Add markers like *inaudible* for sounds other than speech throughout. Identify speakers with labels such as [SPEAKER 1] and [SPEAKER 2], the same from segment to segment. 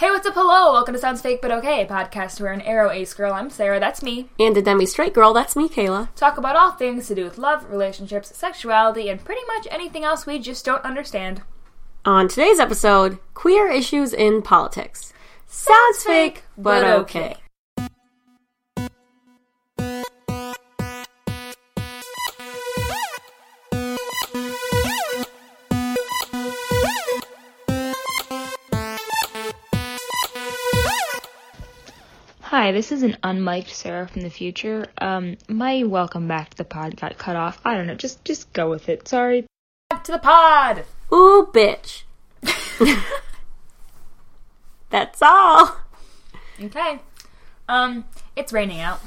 [SPEAKER 1] it's a pillow. Welcome to Sounds Fake But Okay, a podcast where an arrow ace girl, I'm Sarah, that's me,
[SPEAKER 2] And a demi straight girl, that's me, Kayla.
[SPEAKER 1] talk about all things to do with love, relationships, sexuality, and pretty much anything else we just don't understand.
[SPEAKER 2] On today's episode, queer issues in politics. Sounds fake, but okay.
[SPEAKER 3] Hi, this is an unmiked Sarah from the future. Um, my welcome back to the pod got cut off. I don't know. Just just go with it. Sorry.
[SPEAKER 1] Back to the pod!
[SPEAKER 2] Ooh, bitch. that's all.
[SPEAKER 1] Okay. Um, it's raining out.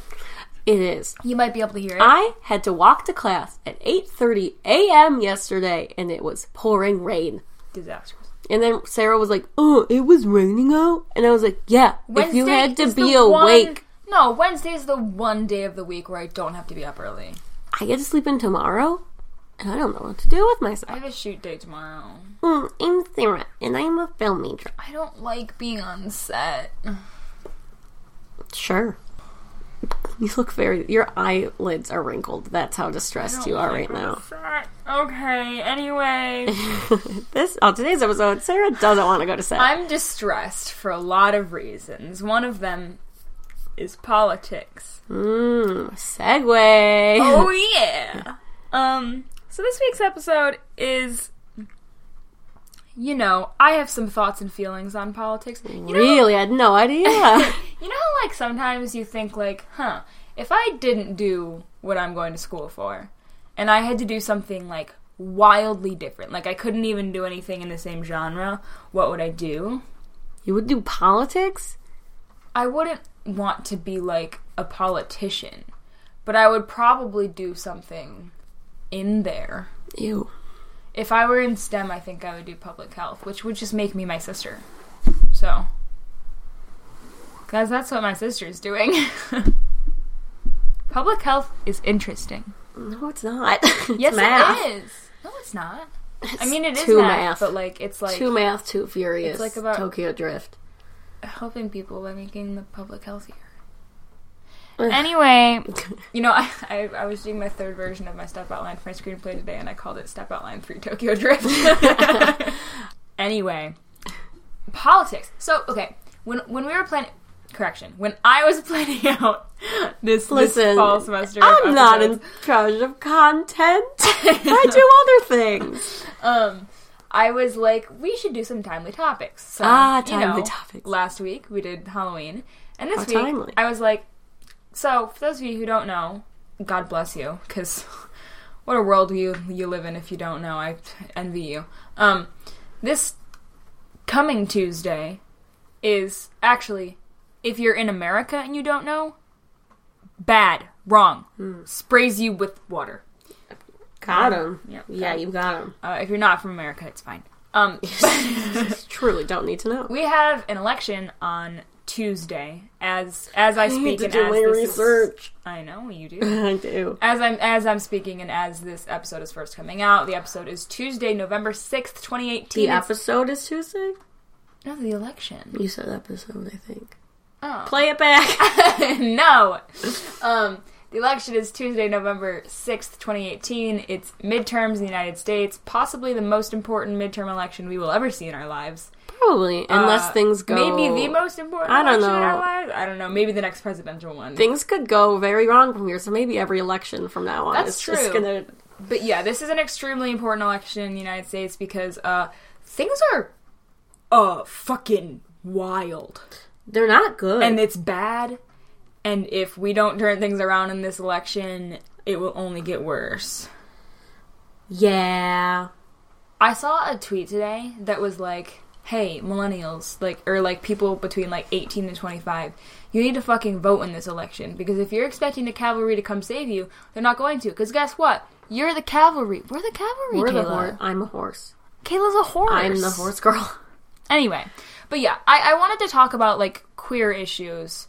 [SPEAKER 2] It is.
[SPEAKER 1] You might be able to hear it.
[SPEAKER 2] I had to walk to class at 8:30 a.m. yesterday and it was pouring rain.
[SPEAKER 1] Disastrous.
[SPEAKER 2] And then Sarah was like, "Oh, it was raining out." And I was like, "Yeah, if you had to
[SPEAKER 1] is
[SPEAKER 2] be
[SPEAKER 1] the one-
[SPEAKER 2] awake,
[SPEAKER 1] No, Wednesday is the one day of the week where I don't have to be up early.
[SPEAKER 2] I get to sleep in tomorrow." And I don't know what to do with myself.
[SPEAKER 1] I have a shoot day tomorrow.
[SPEAKER 2] Mm, I'm Sarah, and I'm a film major.
[SPEAKER 1] I don't like being on set.
[SPEAKER 2] Sure. You look very. Your eyelids are wrinkled. That's how distressed you are right now. *laughs*
[SPEAKER 1] Set. Okay, anyway.
[SPEAKER 2] This on today's episode, Sarah doesn't want to go to set.
[SPEAKER 1] I'm distressed for a lot of reasons. One of them is
[SPEAKER 2] *laughs*
[SPEAKER 1] politics.
[SPEAKER 2] Mmm. Segue.
[SPEAKER 1] Oh yeah. Um so this week's episode is you know, I have some thoughts and feelings on politics. You know,
[SPEAKER 2] really? I had no idea. *laughs*
[SPEAKER 1] you know how, like sometimes you think like, huh, if I didn't do what I'm going to school for and I had to do something like wildly different, like I couldn't even do anything in the same genre, what would I do?
[SPEAKER 2] you would do politics?
[SPEAKER 1] I wouldn't want to be like a politician, but I would probably do something in there.
[SPEAKER 2] Ew.
[SPEAKER 1] If I were in STEM, I think I would do public health, which would just make me my sister. So, because that's what my sister's doing. *laughs* public health is interesting.
[SPEAKER 2] No, it's not. *laughs* it's
[SPEAKER 1] yes,
[SPEAKER 2] math.
[SPEAKER 1] it is. No, it's not. I mean, it is
[SPEAKER 2] too
[SPEAKER 1] math,
[SPEAKER 2] math.
[SPEAKER 1] but like it's like
[SPEAKER 2] Too math, too furious.
[SPEAKER 1] It's like about-
[SPEAKER 2] Tokyo Drift.
[SPEAKER 1] helping people by making the public healthier.
[SPEAKER 2] *laughs*
[SPEAKER 1] Anyway, you know, I, I, I was doing my third version of my step outline for my screenplay today, and I called it Step Outline 3 Tokyo
[SPEAKER 2] *laughs*
[SPEAKER 1] Drift. anyway, politics. So, okay, when when we were planning, correction, when I was *laughs* planning out this,
[SPEAKER 2] Listen,
[SPEAKER 1] this fall semester, of
[SPEAKER 2] I'm not in
[SPEAKER 1] episodes,
[SPEAKER 2] charge of content.
[SPEAKER 1] *laughs*
[SPEAKER 2] I do other things.
[SPEAKER 1] um, I was like, we should do some timely topics. So,
[SPEAKER 2] Ah,
[SPEAKER 1] you
[SPEAKER 2] timely
[SPEAKER 1] know,
[SPEAKER 2] topics.
[SPEAKER 1] Last week we did Halloween, and this
[SPEAKER 2] How
[SPEAKER 1] week
[SPEAKER 2] timely.
[SPEAKER 1] I was like, so for those of you who don't know, God bless you, because *laughs* what a world you you live in if you don't know. I envy you. Um, this coming Tuesday is actually, if you're in America and you don't know, bad, wrong,
[SPEAKER 2] Hmm.
[SPEAKER 1] sprays you with water.
[SPEAKER 2] Got him.
[SPEAKER 1] Yep.
[SPEAKER 2] Yeah, you got him.
[SPEAKER 1] Uh, if you're not from America, it's fine. Um,
[SPEAKER 2] *laughs*
[SPEAKER 1] *laughs*
[SPEAKER 2] Truly, don't need to know.
[SPEAKER 1] We have an election on Tuesday, as as
[SPEAKER 2] *laughs*
[SPEAKER 1] I,
[SPEAKER 2] need
[SPEAKER 1] speak
[SPEAKER 2] to
[SPEAKER 1] and
[SPEAKER 2] do
[SPEAKER 1] as
[SPEAKER 2] my
[SPEAKER 1] this is-
[SPEAKER 2] research.
[SPEAKER 1] I know you do.
[SPEAKER 2] *laughs* I do.
[SPEAKER 1] As I'm as I'm speaking and as this episode is first coming out, the episode is Tuesday, November sixth, twenty
[SPEAKER 2] The
[SPEAKER 1] eighteen.
[SPEAKER 2] episode is Tuesday?
[SPEAKER 1] no, the
[SPEAKER 2] *laughs*
[SPEAKER 1] election.
[SPEAKER 2] You said episode, I think.
[SPEAKER 1] Oh. *laughs*
[SPEAKER 2] Play it back.
[SPEAKER 1] no. Um, the election is Tuesday, November 6th, 2018. It's midterms in the United States, possibly the most important midterm election we will ever see in our lives.
[SPEAKER 2] *laughs* Probably. Unless
[SPEAKER 1] Uh,
[SPEAKER 2] things go.
[SPEAKER 1] Maybe the most important
[SPEAKER 2] I don't
[SPEAKER 1] election in our
[SPEAKER 2] know.
[SPEAKER 1] lives? I don't know. Maybe the next presidential one.
[SPEAKER 2] Things could go very wrong from here, so maybe every election from now on
[SPEAKER 1] That's
[SPEAKER 2] is just
[SPEAKER 1] true.
[SPEAKER 2] gonna.
[SPEAKER 1] But yeah, this is an extremely important election in the United States because uh things are uh fucking wild.
[SPEAKER 2] They're not good.
[SPEAKER 1] And it's bad. And if we don't turn things around in this election, it will only get worse.
[SPEAKER 2] yeah.
[SPEAKER 1] I saw a tweet today that was like, "Hey, millennials, like or like people between like 18 and 25, you need to fucking vote in this election because if you're expecting the cavalry to come save you, they're not going to. Cuz guess what? You're the cavalry. We're the cavalry.
[SPEAKER 2] We're the
[SPEAKER 1] Kayla.
[SPEAKER 2] horse. I'm a horse.
[SPEAKER 1] Kayla's a horse.
[SPEAKER 2] I'm the horse girl. *laughs*
[SPEAKER 1] Anyway, but yeah, I, I wanted to talk about like queer issues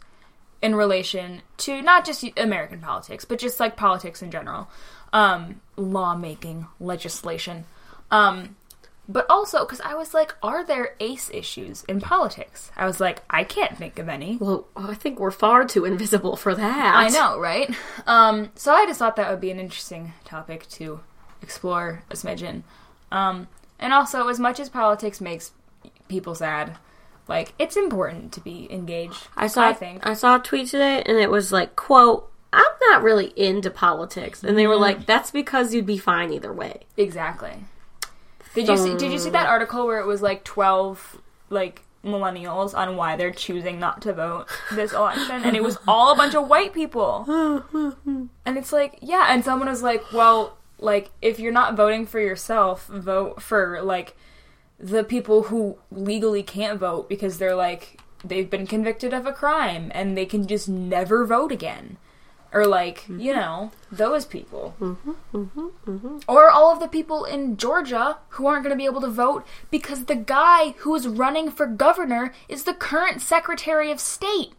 [SPEAKER 1] in relation to not just American politics, but just like politics in general, um, lawmaking, legislation. Um, But also, because I was like, are there ace issues in politics? I was like, I can't think of any.
[SPEAKER 2] Well, I think we're far too invisible for that.
[SPEAKER 1] I know, right? Um, so I just thought that would be an interesting topic to explore a smidgen. Um, and also, as much as politics makes people sad, like it's important to be engaged.
[SPEAKER 2] I saw I,
[SPEAKER 1] think
[SPEAKER 2] saw a tweet today and it was like, quote, I'm not really into politics. And they
[SPEAKER 1] Mm.
[SPEAKER 2] were like, that's because you'd be fine either way.
[SPEAKER 1] exactly. Did you see? Did you see that article where it was like twelve like millennials on why they're choosing not to vote this election, and it was all a bunch of white people. and it's like, yeah, and someone was like, well, like if you're not voting for yourself, vote for like the people who legally can't vote because they're like they've been convicted of a crime and they can just never vote again. Or like you know those people, or all of the people in Georgia who aren't going to be able to vote because the guy who is running for governor is the current Secretary of State.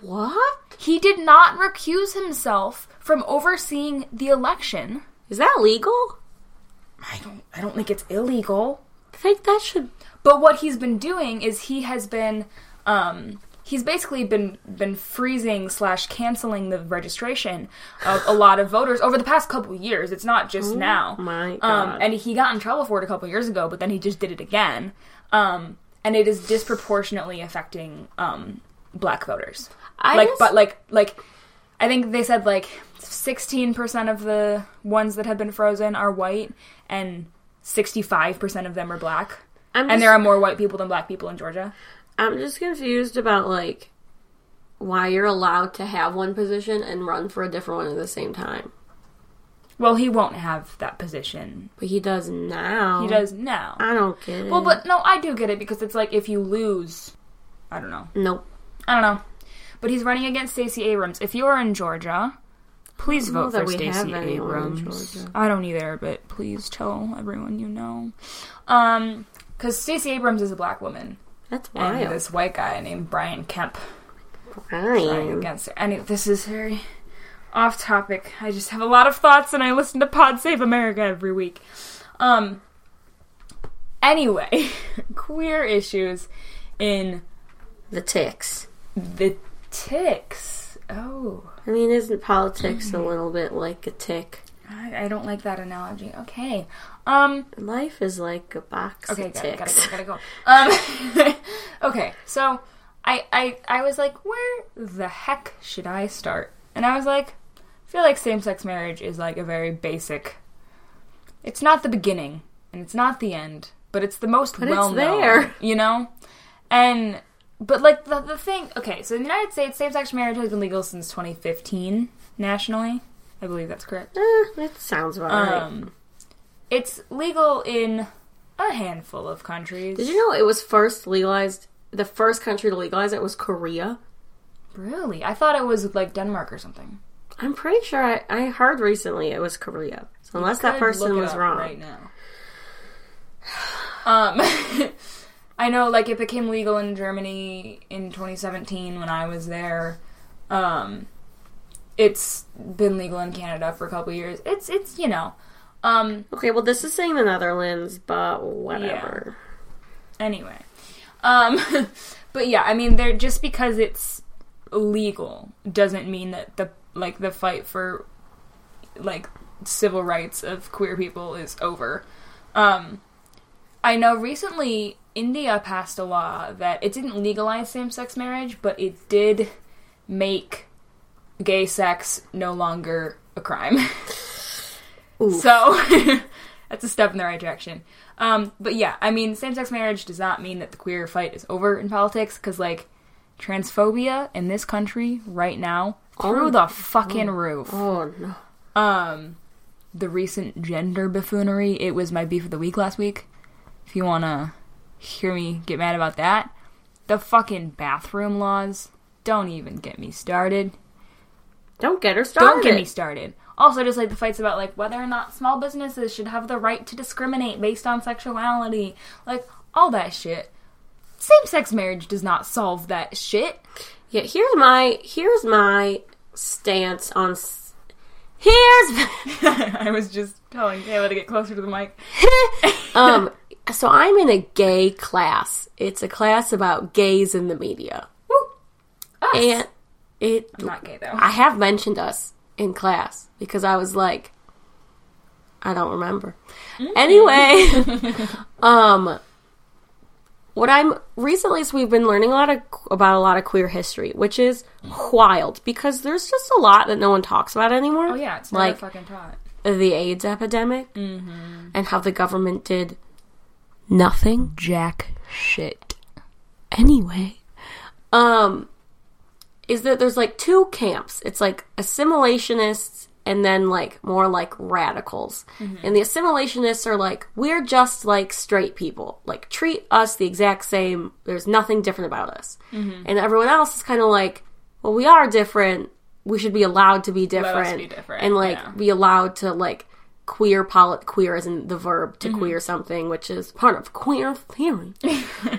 [SPEAKER 2] What?
[SPEAKER 1] He did not recuse himself from overseeing the election.
[SPEAKER 2] Is that legal?
[SPEAKER 1] I don't I don't think it's illegal.
[SPEAKER 2] I think that should
[SPEAKER 1] But what he's been doing is he has been, um, he's basically been been freezing slash canceling the registration of a lot of voters over the past couple years. It's not just now.
[SPEAKER 2] Oh my God.
[SPEAKER 1] Um, and he got in trouble for it a couple years ago, but then he just did it again. Um, and it is disproportionately affecting um, black voters.
[SPEAKER 2] I
[SPEAKER 1] like,
[SPEAKER 2] just-
[SPEAKER 1] but like, like. I think they said like 16% of the ones that have been frozen are white and 65% of them are black
[SPEAKER 2] I'm
[SPEAKER 1] and
[SPEAKER 2] just,
[SPEAKER 1] there are more white people than black people in Georgia.
[SPEAKER 2] I'm just confused about like why you're allowed to have one position and run for a different one at the same time.
[SPEAKER 1] Well, he won't have that position.
[SPEAKER 2] But he does now.
[SPEAKER 1] He does now.
[SPEAKER 2] I don't get it.
[SPEAKER 1] Well, but no, I do get it because it's like if you lose, I don't know.
[SPEAKER 2] nope.
[SPEAKER 1] I don't know. But he's running against Stacey Abrams. If you're in Georgia, please
[SPEAKER 2] know
[SPEAKER 1] vote
[SPEAKER 2] that
[SPEAKER 1] for
[SPEAKER 2] we have
[SPEAKER 1] Stacey
[SPEAKER 2] anyone in
[SPEAKER 1] Abrams.
[SPEAKER 2] Georgia.
[SPEAKER 1] I don't either, but please tell everyone you know. Um, because Stacey Abrams is a black woman,
[SPEAKER 2] That's
[SPEAKER 1] and
[SPEAKER 2] wild.
[SPEAKER 1] this white guy named Brian Kemp running
[SPEAKER 2] Fine.
[SPEAKER 1] against her. Any, this is very off topic. I just have a lot of thoughts, and I listen to Pod Save America every week. Um. Anyway, *laughs* queer issues in
[SPEAKER 2] The ticks.
[SPEAKER 1] the ticks. Oh,
[SPEAKER 2] I mean, isn't politics
[SPEAKER 1] Mm-hmm.
[SPEAKER 2] a little bit like a tick?
[SPEAKER 1] I, I don't like that analogy. Okay. Um.
[SPEAKER 2] Life is like a box
[SPEAKER 1] Okay.
[SPEAKER 2] of
[SPEAKER 1] Gotta, gotta
[SPEAKER 2] ticks.
[SPEAKER 1] go. Gotta go. Um. *laughs* okay. So. I, I, I was like, where the heck should I start? And I was like, I feel like same sex marriage is like a very basic. It's not the beginning and it's not the end, but it's the most
[SPEAKER 2] it's
[SPEAKER 1] well known.
[SPEAKER 2] there.
[SPEAKER 1] You know? And. But like the, the thing. Okay, so in the United States, same sex marriage has been legal since 2015 nationally. I believe that's correct.
[SPEAKER 2] Eh, that sounds about right.
[SPEAKER 1] Um, it's legal in a handful of countries.
[SPEAKER 2] Did you know it was first legalized? The first country to legalize it was Korea.
[SPEAKER 1] Really? I thought it was like Denmark or something.
[SPEAKER 2] I'm pretty sure I, I heard recently it was Korea. So unless that
[SPEAKER 1] Could
[SPEAKER 2] person
[SPEAKER 1] look it
[SPEAKER 2] was
[SPEAKER 1] up
[SPEAKER 2] wrong,
[SPEAKER 1] right now. Um, *laughs* I know, like it became legal in Germany in 2017 when I was there. Um, it's been legal in Canada for a couple years. It's it's you know, um,
[SPEAKER 2] okay. Well, this is saying the Netherlands, but whatever.
[SPEAKER 1] anyway um *laughs* but yeah i mean they're just because it's legal doesn't mean that the like the fight for like civil rights of queer people is over um i know recently india passed a law that it didn't legalize same-sex marriage but it did make gay sex no longer a crime *laughs* so *laughs* that's a step in the right direction. Um, but yeah, I mean, same sex marriage does not mean that the queer fight is over in politics because, like, transphobia in this country right now through the fucking roof.
[SPEAKER 2] Oh no.
[SPEAKER 1] Um, the recent gender buffoonery, it was my beef of the week last week. If you want to hear me get mad about that, the fucking bathroom laws, don't even get me started.
[SPEAKER 2] Don't get her started.
[SPEAKER 1] Don't get me started. Also, just like the fights about like whether or not small businesses should have the right to discriminate based on sexuality, like all that shit. Same-sex marriage does not solve that shit. *laughs*
[SPEAKER 2] Yeah, here's my here's my stance on. s- Here's *laughs*
[SPEAKER 1] I was just telling Kayla to get closer to the mic.
[SPEAKER 2] um So I'm in a gay class. It's a class about gays in the media.
[SPEAKER 1] Woo! Us.
[SPEAKER 2] And it
[SPEAKER 1] I'm not gay though.
[SPEAKER 2] I have mentioned us in class because I was like, I don't remember.
[SPEAKER 1] Mm-hmm.
[SPEAKER 2] Anyway,
[SPEAKER 1] *laughs*
[SPEAKER 2] um, what I'm recently, so we've been learning a lot of, about a lot of queer history, which is wild because there's just a lot that no one talks about anymore.
[SPEAKER 1] Oh yeah, it's never
[SPEAKER 2] like
[SPEAKER 1] fucking taught.
[SPEAKER 2] the AIDS epidemic
[SPEAKER 1] Mm-hmm.
[SPEAKER 2] and how the government did nothing.
[SPEAKER 1] Jack shit.
[SPEAKER 2] anyway, um, is that there's like two camps. It's like assimilationists and then like more like radicals. And the assimilationists are like, we're just like straight people. Like, treat us the exact same. There's nothing different about us. And everyone else is kind of like, well, we are different. We should be allowed to be different.
[SPEAKER 1] us be different,
[SPEAKER 2] And like,
[SPEAKER 1] yeah.
[SPEAKER 2] be allowed to like queer polit queer as in the verb to queer something, which is part of queer theory.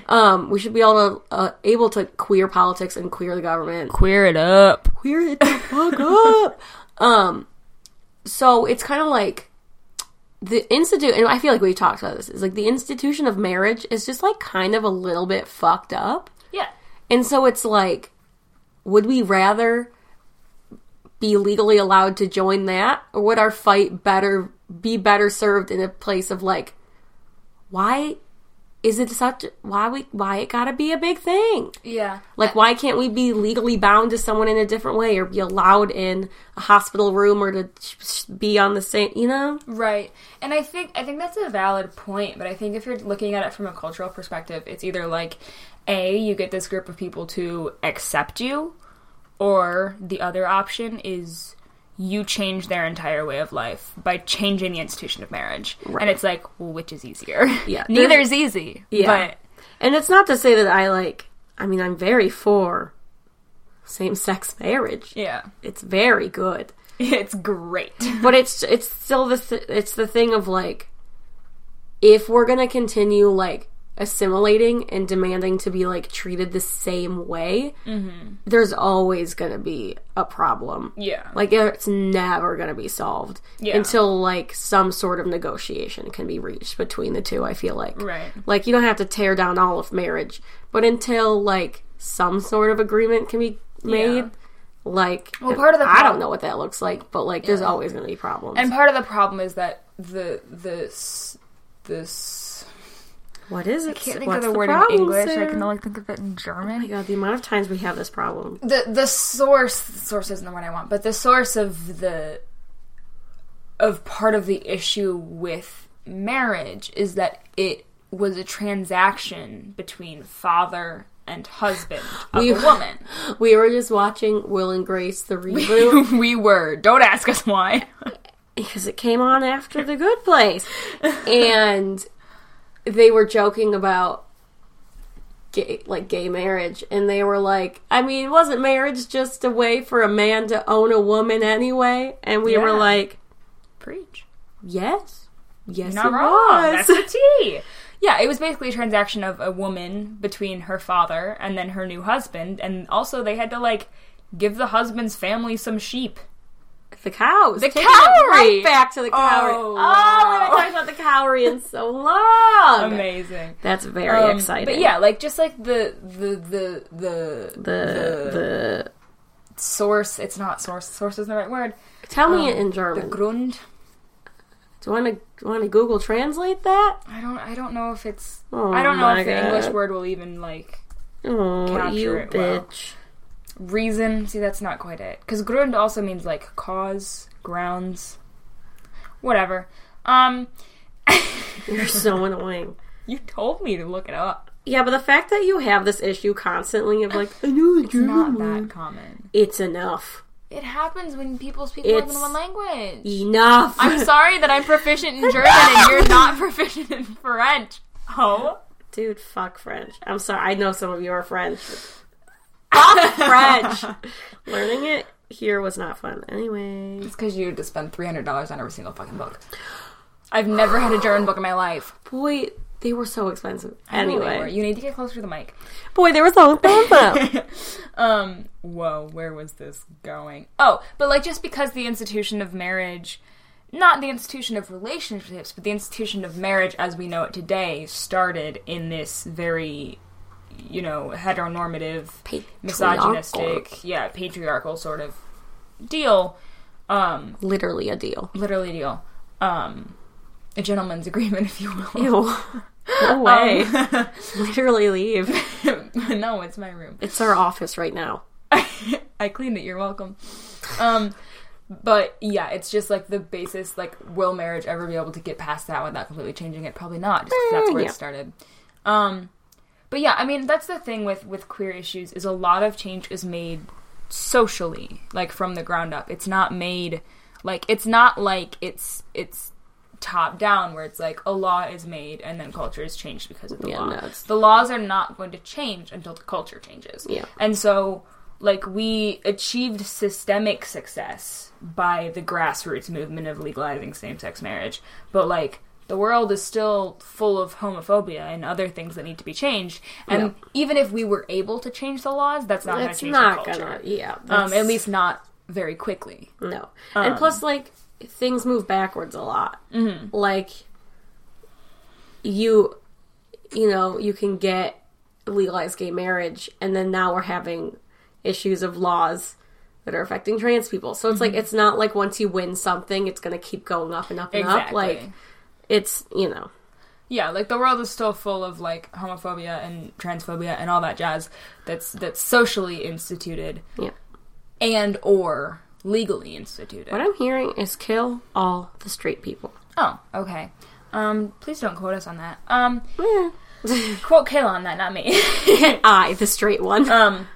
[SPEAKER 2] um, we should be all uh, able to queer politics and queer the government.
[SPEAKER 1] Queer it up.
[SPEAKER 2] Queer it the fuck up. *laughs* Um, so it's kind of like the institute, and I feel like we talked about this. Is like the institution of marriage is just like kind of a little bit fucked up.
[SPEAKER 1] Yeah.
[SPEAKER 2] And so it's like, would we rather be legally allowed to join that, or would our fight better be better served in a place of like, why is it such why we why it gotta be a big thing?
[SPEAKER 1] Yeah.
[SPEAKER 2] Like, why can't we be legally bound to someone in a different way, or be allowed in a hospital room, or to sh- sh- be on the same, you know?
[SPEAKER 1] Right. And I think I think that's a valid point, but I think if you're looking at it from a cultural perspective, it's either like A, you get this group of people to accept you, or the other option is you change their entire way of life by changing the institution of marriage. And it's like, well, which is easier? *laughs*
[SPEAKER 2] Yeah,
[SPEAKER 1] Neither
[SPEAKER 2] there's-
[SPEAKER 1] is easy.
[SPEAKER 2] Yeah.
[SPEAKER 1] But
[SPEAKER 2] And it's not to say that I like. I mean, I'm very for same-sex marriage.
[SPEAKER 1] yeah. *laughs*
[SPEAKER 2] It's very good.
[SPEAKER 1] It's *laughs* great.
[SPEAKER 2] but it's it's still the th- it's the thing of like if we're gonna continue like assimilating and demanding to be like treated the same way there's always gonna be a problem
[SPEAKER 1] Mm-hmm. Yeah.
[SPEAKER 2] like it's never gonna be solved
[SPEAKER 1] Yeah.
[SPEAKER 2] until like some sort of negotiation can be reached between the two i feel like
[SPEAKER 1] Right.
[SPEAKER 2] like you don't have to tear down all of marriage but until like some sort of agreement can be made
[SPEAKER 1] Yeah.
[SPEAKER 2] like
[SPEAKER 1] Well, part of the
[SPEAKER 2] i don't
[SPEAKER 1] prob-
[SPEAKER 2] know what that looks like but like there's always going to be problems
[SPEAKER 1] And part of the problem is that the the s- the s-
[SPEAKER 2] what is it
[SPEAKER 1] can't think
[SPEAKER 2] What's
[SPEAKER 1] of the word in
[SPEAKER 2] problem,
[SPEAKER 1] English. I
[SPEAKER 2] Sarah?
[SPEAKER 1] can only think of it in German.
[SPEAKER 2] God, the amount of times we have this problem
[SPEAKER 1] the the source source isn't the word I want, but the source of the of part of the issue with marriage is that it was a transaction between father and husband of
[SPEAKER 2] We-
[SPEAKER 1] a *laughs* woman.
[SPEAKER 2] *laughs* we were just watching will and grace the reboot
[SPEAKER 1] we were. Don't ask us why.
[SPEAKER 2] *laughs* because it came on after The Good Place. *laughs* and they were joking about gay, like gay marriage and they were like, I mean, wasn't marriage just a way for a man to own a woman anyway? And we were
[SPEAKER 1] Yeah.
[SPEAKER 2] like,
[SPEAKER 1] Preach.
[SPEAKER 2] yes. Yes,
[SPEAKER 1] Not
[SPEAKER 2] it
[SPEAKER 1] wrong. That's
[SPEAKER 2] was.
[SPEAKER 1] the tea. Yeah, it was basically a transaction of a woman between her father and then her new husband, and also they had to like give the husband's family some sheep.
[SPEAKER 2] the cows.
[SPEAKER 1] The
[SPEAKER 2] Taking it Right
[SPEAKER 1] cowrie.
[SPEAKER 2] back to the cowrie. Oh, we haven't
[SPEAKER 1] wow.
[SPEAKER 2] talked about the cowrie in so long.
[SPEAKER 1] Amazing.
[SPEAKER 2] That's very
[SPEAKER 1] Um,
[SPEAKER 2] exciting.
[SPEAKER 1] But yeah, like just like the the the the
[SPEAKER 2] the
[SPEAKER 1] source. It's not source. Source isn't the right word.
[SPEAKER 2] the tell me
[SPEAKER 1] um,
[SPEAKER 2] it in
[SPEAKER 1] The
[SPEAKER 2] German.
[SPEAKER 1] Grund.
[SPEAKER 2] do you want to do you want to Google translate that?
[SPEAKER 1] I don't. I don't know if it's.
[SPEAKER 2] Oh
[SPEAKER 1] I don't know
[SPEAKER 2] my
[SPEAKER 1] if the English
[SPEAKER 2] God.
[SPEAKER 1] word will even like
[SPEAKER 2] Oh,
[SPEAKER 1] Capture
[SPEAKER 2] you
[SPEAKER 1] it well.
[SPEAKER 2] bitch.
[SPEAKER 1] reason. See, that's not quite it. Because Grund also means like cause, grounds, whatever. Um, *laughs*
[SPEAKER 2] You're so *laughs* annoying.
[SPEAKER 1] you told me to look it up.
[SPEAKER 2] Yeah, but the fact that you have this issue constantly of like, I know it's
[SPEAKER 1] It's not
[SPEAKER 2] not
[SPEAKER 1] that common.
[SPEAKER 2] It's enough.
[SPEAKER 1] Mm-hmm. It happens when people speak
[SPEAKER 2] It's-
[SPEAKER 1] more than one language.
[SPEAKER 2] Enough.
[SPEAKER 1] *laughs* I'm sorry that I'm proficient in German and *laughs* you're not proficient in French. Oh.
[SPEAKER 2] Dude, fuck French. I'm sorry. I know some of you are French. *laughs* Fuck French. Learning it here was not fun. Anyway.
[SPEAKER 1] It's because you had to spend three hundred dollars on every single fucking book. I've never had a German book in my life.
[SPEAKER 2] Boy, they were so expensive.
[SPEAKER 1] Holy war,
[SPEAKER 2] Anyway.
[SPEAKER 1] you need to get closer to the mic.
[SPEAKER 2] Boy, they were so *laughs* expensive.
[SPEAKER 1] Um, whoa, where was this going? Oh, but like just because the institution of marriage not the institution of relationships, but the institution of marriage as we know it today started in this very, you know, heteronormative, misogynistic, yeah, patriarchal sort of deal. Um,
[SPEAKER 2] Literally a deal.
[SPEAKER 1] literally deal. Um, a gentleman's *laughs* agreement, if you will.
[SPEAKER 2] Ew. *laughs* No way. *laughs* Literally leave.
[SPEAKER 1] no, it's my room.
[SPEAKER 2] It's our office right now.
[SPEAKER 1] *laughs* I cleaned it. You're welcome. Um, but yeah, it's just like the basis. Like, will marriage ever be able to get past that without completely changing it? Probably not. Just 'cause that's where
[SPEAKER 2] Mm, yeah.
[SPEAKER 1] it started. Um, but yeah, I mean, that's the thing with with queer issues is a lot of change is made socially, like from the ground up. It's not made like it's not like it's it's top down where it's like a law is made and then culture is changed because of the
[SPEAKER 2] Yeah,
[SPEAKER 1] law.
[SPEAKER 2] no, it's-
[SPEAKER 1] the laws are not going to change until the culture changes.
[SPEAKER 2] Yeah.
[SPEAKER 1] And so, like, we achieved systemic success by the grassroots movement of legalizing same sex marriage. But, like, the world is still full of homophobia and other things that need to be changed. And even if we were able to change the laws, that's not going to
[SPEAKER 2] That's
[SPEAKER 1] change
[SPEAKER 2] not
[SPEAKER 1] the culture.
[SPEAKER 2] gonna. Yeah.
[SPEAKER 1] Um, at
[SPEAKER 2] that's-
[SPEAKER 1] least not very quickly.
[SPEAKER 2] No. and plus, like, things move backwards a lot. Like, you, you know, you can get legalized gay marriage, and then now we're having issues of laws that are affecting trans people. So it's like, it's not like once you win something, it's going to keep going up and up and up.
[SPEAKER 1] Exactly.
[SPEAKER 2] Like, it's, you know,
[SPEAKER 1] Yeah, like the world is still full of like homophobia and transphobia and all that jazz that's that's socially instituted
[SPEAKER 2] yeah.
[SPEAKER 1] and or legally instituted.
[SPEAKER 2] What I'm hearing is kill all the straight people.
[SPEAKER 1] Oh, okay. Um, please don't quote us on that. Um,
[SPEAKER 2] *laughs* Yeah.
[SPEAKER 1] quote Kayla on that, not me. *laughs*
[SPEAKER 2] I, the straight one.
[SPEAKER 1] um,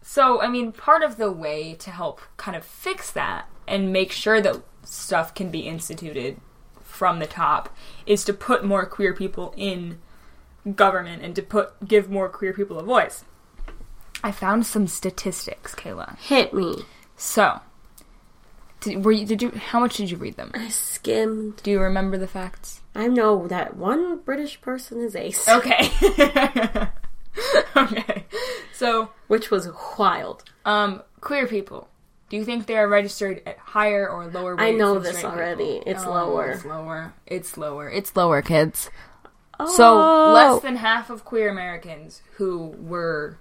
[SPEAKER 1] so I mean, part of the way to help kind of fix that and make sure that stuff can be instituted from the top is to put more queer people in government and to put give more queer people a voice. I found some statistics, Kayla.
[SPEAKER 2] Hit me.
[SPEAKER 1] So, did, were you, did you? How much did you read them?
[SPEAKER 2] I skimmed.
[SPEAKER 1] Do you remember the facts?
[SPEAKER 2] I know that one British person is ace,
[SPEAKER 1] Okay. *laughs* okay. So,
[SPEAKER 2] which was wild.
[SPEAKER 1] um, queer people. Do you think they are registered at higher or lower rates?
[SPEAKER 2] I know
[SPEAKER 1] than
[SPEAKER 2] this
[SPEAKER 1] straight
[SPEAKER 2] already.
[SPEAKER 1] people?
[SPEAKER 2] It's
[SPEAKER 1] Oh,
[SPEAKER 2] lower.
[SPEAKER 1] It's lower. It's lower. It's lower, kids. So,
[SPEAKER 2] Oh.
[SPEAKER 1] less than half of queer Americans who were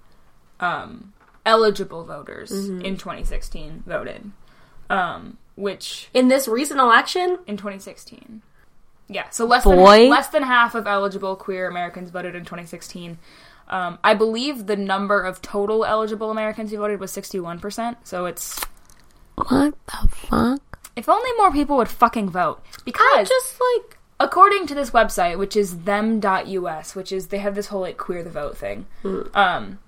[SPEAKER 1] um, eligible voters
[SPEAKER 2] Mm-hmm.
[SPEAKER 1] in 2016 voted. Um, which
[SPEAKER 2] in this recent election,
[SPEAKER 1] in 2016. Yeah, so less
[SPEAKER 2] Boy.
[SPEAKER 1] than less than half of eligible queer Americans voted in 2016. Um, I believe the number of total eligible Americans who voted was 61%. So it's
[SPEAKER 2] what the fuck?
[SPEAKER 1] if only more people would fucking vote
[SPEAKER 2] I
[SPEAKER 1] because
[SPEAKER 2] just like
[SPEAKER 1] according to this website, which is them.us, which is they have this whole like queer the vote thing. Um,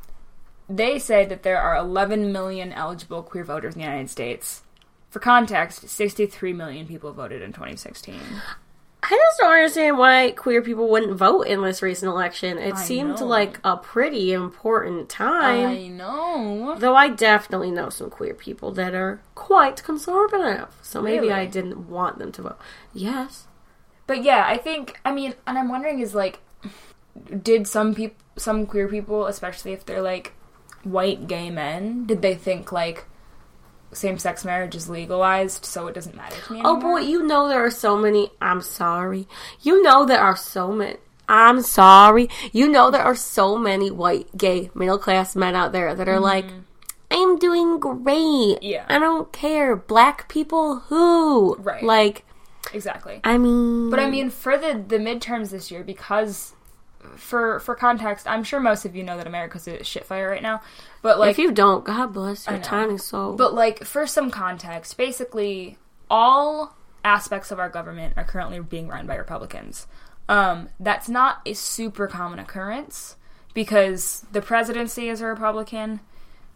[SPEAKER 1] they say that there are 11 million eligible queer voters in the United States. For context, 63 million people voted in 2016.
[SPEAKER 2] I just don't understand why queer people wouldn't vote in this recent election. It seemed
[SPEAKER 1] know.
[SPEAKER 2] like a pretty important time.
[SPEAKER 1] I know.
[SPEAKER 2] Though I definitely know some queer people that are quite conservative, so maybe
[SPEAKER 1] Really?
[SPEAKER 2] I didn't want them to vote. Yes,
[SPEAKER 1] But yeah, I think I mean, and I'm wondering is like, did some people, some queer people, especially if they're like white gay men, did they think like same sex marriage is legalized, so it doesn't matter to me?
[SPEAKER 2] Oh
[SPEAKER 1] anymore?
[SPEAKER 2] boy, you know there are so many. I'm sorry. You know there are so many. I'm sorry. You know there are so many white gay middle class men out there that are like, I'm doing great.
[SPEAKER 1] Mm-hmm. Yeah.
[SPEAKER 2] I don't care. Black people who
[SPEAKER 1] Right.
[SPEAKER 2] like
[SPEAKER 1] exactly.
[SPEAKER 2] I mean,
[SPEAKER 1] But I mean, for the the midterms this year, because for for context, I'm sure most of you know that America's a shit fire right now, but like
[SPEAKER 2] if you don't, God bless your
[SPEAKER 1] know.
[SPEAKER 2] tiny soul.
[SPEAKER 1] But like for some context, basically all aspects of our government are currently being run by Republicans. Um, that's not a super common occurrence because the presidency is a Republican,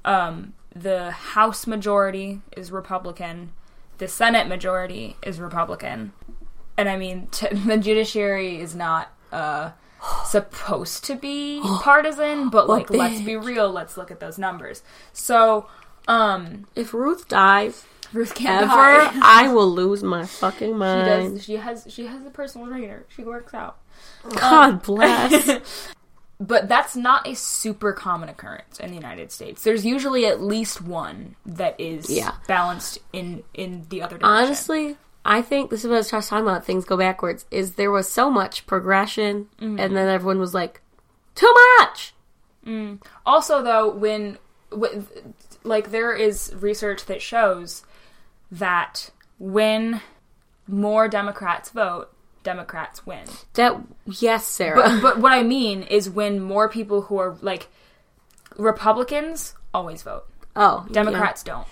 [SPEAKER 1] um, the House majority is Republican, the Senate majority is Republican, and I mean t- *laughs* the judiciary is not. Uh, supposed to be partisan but like let's be real let's look at those numbers so um
[SPEAKER 2] if
[SPEAKER 1] *laughs*
[SPEAKER 2] Ruth dies
[SPEAKER 1] Ruth can't
[SPEAKER 2] ever,
[SPEAKER 1] die.
[SPEAKER 2] I will lose my
[SPEAKER 1] *laughs*
[SPEAKER 2] fucking
[SPEAKER 1] She
[SPEAKER 2] mind.
[SPEAKER 1] does. She has. She has a personal trainer. She works out. *laughs*
[SPEAKER 2] God bless.
[SPEAKER 1] But that's not a super common occurrence in the United States. There's usually at least one that is
[SPEAKER 2] Yeah.
[SPEAKER 1] balanced in in the other direction.
[SPEAKER 2] Honestly, I think this is what I was talking about. Things go backwards. Is there was so much progression,
[SPEAKER 1] Mm-hmm.
[SPEAKER 2] and then everyone was like, "Too much."
[SPEAKER 1] Also, though, when with, like there is research that shows that when more Democrats vote, Democrats win.
[SPEAKER 2] *laughs* That yes, Sarah.
[SPEAKER 1] But, but what I mean is when more people who are like Republicans always vote,
[SPEAKER 2] oh, yeah.
[SPEAKER 1] Democrats don't.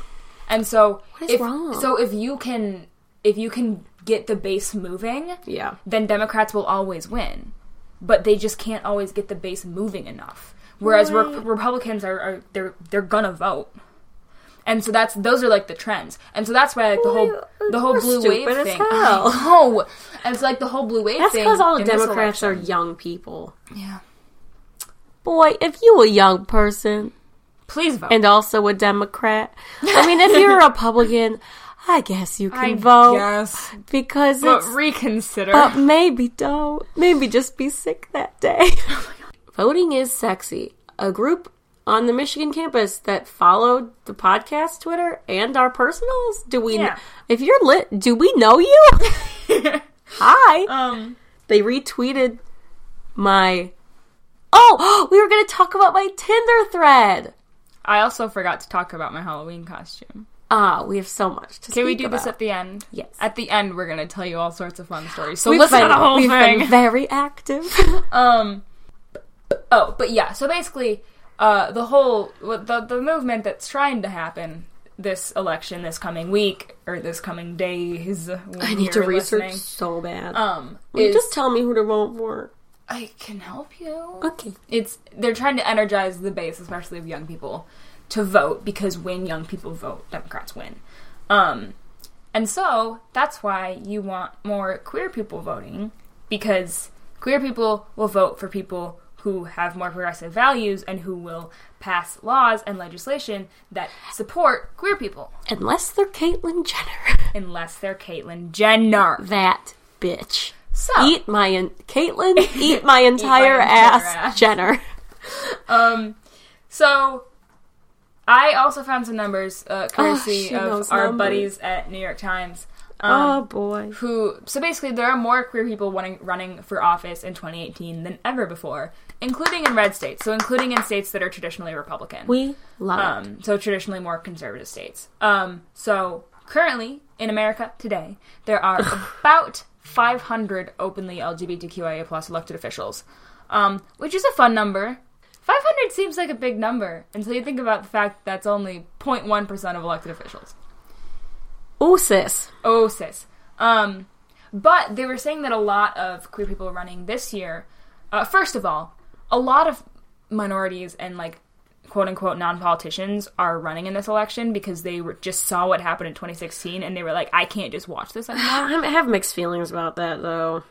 [SPEAKER 1] And so
[SPEAKER 2] is
[SPEAKER 1] if,
[SPEAKER 2] wrong?
[SPEAKER 1] so if you can if you can get the base moving,
[SPEAKER 2] Yeah.
[SPEAKER 1] then Democrats will always win. But they just can't always get the base moving enough. Whereas Re- Republicans are, are they're they're gonna vote. And so that's those are like the trends, and so that's why like the whole
[SPEAKER 2] Well, uh,
[SPEAKER 1] the whole
[SPEAKER 2] we're
[SPEAKER 1] blue wave
[SPEAKER 2] stupid as
[SPEAKER 1] thing.
[SPEAKER 2] hell.
[SPEAKER 1] I know, and it's like the whole blue wave
[SPEAKER 2] That's
[SPEAKER 1] thing.
[SPEAKER 2] because all the
[SPEAKER 1] in this
[SPEAKER 2] Democrats
[SPEAKER 1] election.
[SPEAKER 2] are young people.
[SPEAKER 1] Yeah,
[SPEAKER 2] Boy, if you a young person
[SPEAKER 1] please vote.
[SPEAKER 2] and also a Democrat, I mean, if
[SPEAKER 1] *laughs*
[SPEAKER 2] you're a Republican, I guess you can vote
[SPEAKER 1] Yes,
[SPEAKER 2] because
[SPEAKER 1] but
[SPEAKER 2] it's.
[SPEAKER 1] reconsider.
[SPEAKER 2] But *laughs* maybe don't. Maybe just be sick that day. *laughs* Oh Voting is sexy. A group on the Michigan campus that followed the podcast Twitter and our personals. Do we?
[SPEAKER 1] Yeah.
[SPEAKER 2] If you're lit, do we know *laughs* you? Hi.
[SPEAKER 1] um,
[SPEAKER 2] they retweeted my oh *gasps* we were going to talk about my tinder thread
[SPEAKER 1] I also forgot to talk about my Halloween costume.
[SPEAKER 2] ah we have so much to
[SPEAKER 1] Can we
[SPEAKER 2] speak
[SPEAKER 1] do this
[SPEAKER 2] about.
[SPEAKER 1] at the end?
[SPEAKER 2] Yes.
[SPEAKER 1] At the end, we're gonna tell you all sorts of fun stories. So
[SPEAKER 2] We've
[SPEAKER 1] listen
[SPEAKER 2] been-
[SPEAKER 1] to the whole
[SPEAKER 2] we've
[SPEAKER 1] thing.
[SPEAKER 2] been very active
[SPEAKER 1] Um. Oh, but yeah. So basically, uh, the whole what- the the movement that's trying to happen this election, this coming week or this coming days.
[SPEAKER 2] *laughs* i *laughs* need to research so bad
[SPEAKER 1] Um,
[SPEAKER 2] You
[SPEAKER 1] is,
[SPEAKER 2] just tell me who to vote for
[SPEAKER 1] I can help you.
[SPEAKER 2] okay
[SPEAKER 1] It's they're trying to energize the base, especially of young people, to vote because when young people vote, Democrats win. Um, and so that's why you want more queer people voting because queer people will vote for people who have more progressive values and who will pass laws and legislation that support queer people,
[SPEAKER 2] unless they're caitlyn jenner *laughs*
[SPEAKER 1] unless they're Caitlyn Jenner.
[SPEAKER 2] that bitch
[SPEAKER 1] So
[SPEAKER 2] eat my en- *laughs* caitlyn Oh. eat my entire
[SPEAKER 1] entire
[SPEAKER 2] ass,
[SPEAKER 1] ass.
[SPEAKER 2] jenner
[SPEAKER 1] Um, so I also found some numbers uh, courtesy
[SPEAKER 2] Oh, she knows
[SPEAKER 1] of our
[SPEAKER 2] numbers.
[SPEAKER 1] buddies at New York Times.
[SPEAKER 2] oh
[SPEAKER 1] Um,
[SPEAKER 2] boy
[SPEAKER 1] Who so basically there are more queer people running running for office in 2018 than ever before, including in red states. So including in states that are traditionally Republican.
[SPEAKER 2] we love
[SPEAKER 1] um, so traditionally more conservative states. Um, so currently in America today there are about 500 openly LGBTQIA plus elected officials, um, which is a fun number. 500 seems like a big number until you think about the fact that's only 0.1% of elected officials.
[SPEAKER 2] oh sis
[SPEAKER 1] Oh, sis. Um, but they were saying that a lot of queer people running this year, uh, first of all, a lot of minorities and like quote unquote non politicians are running in this election because they were, just saw what happened in 2016 and they were like, I can't just watch this anymore.
[SPEAKER 2] i have mixed feelings about that though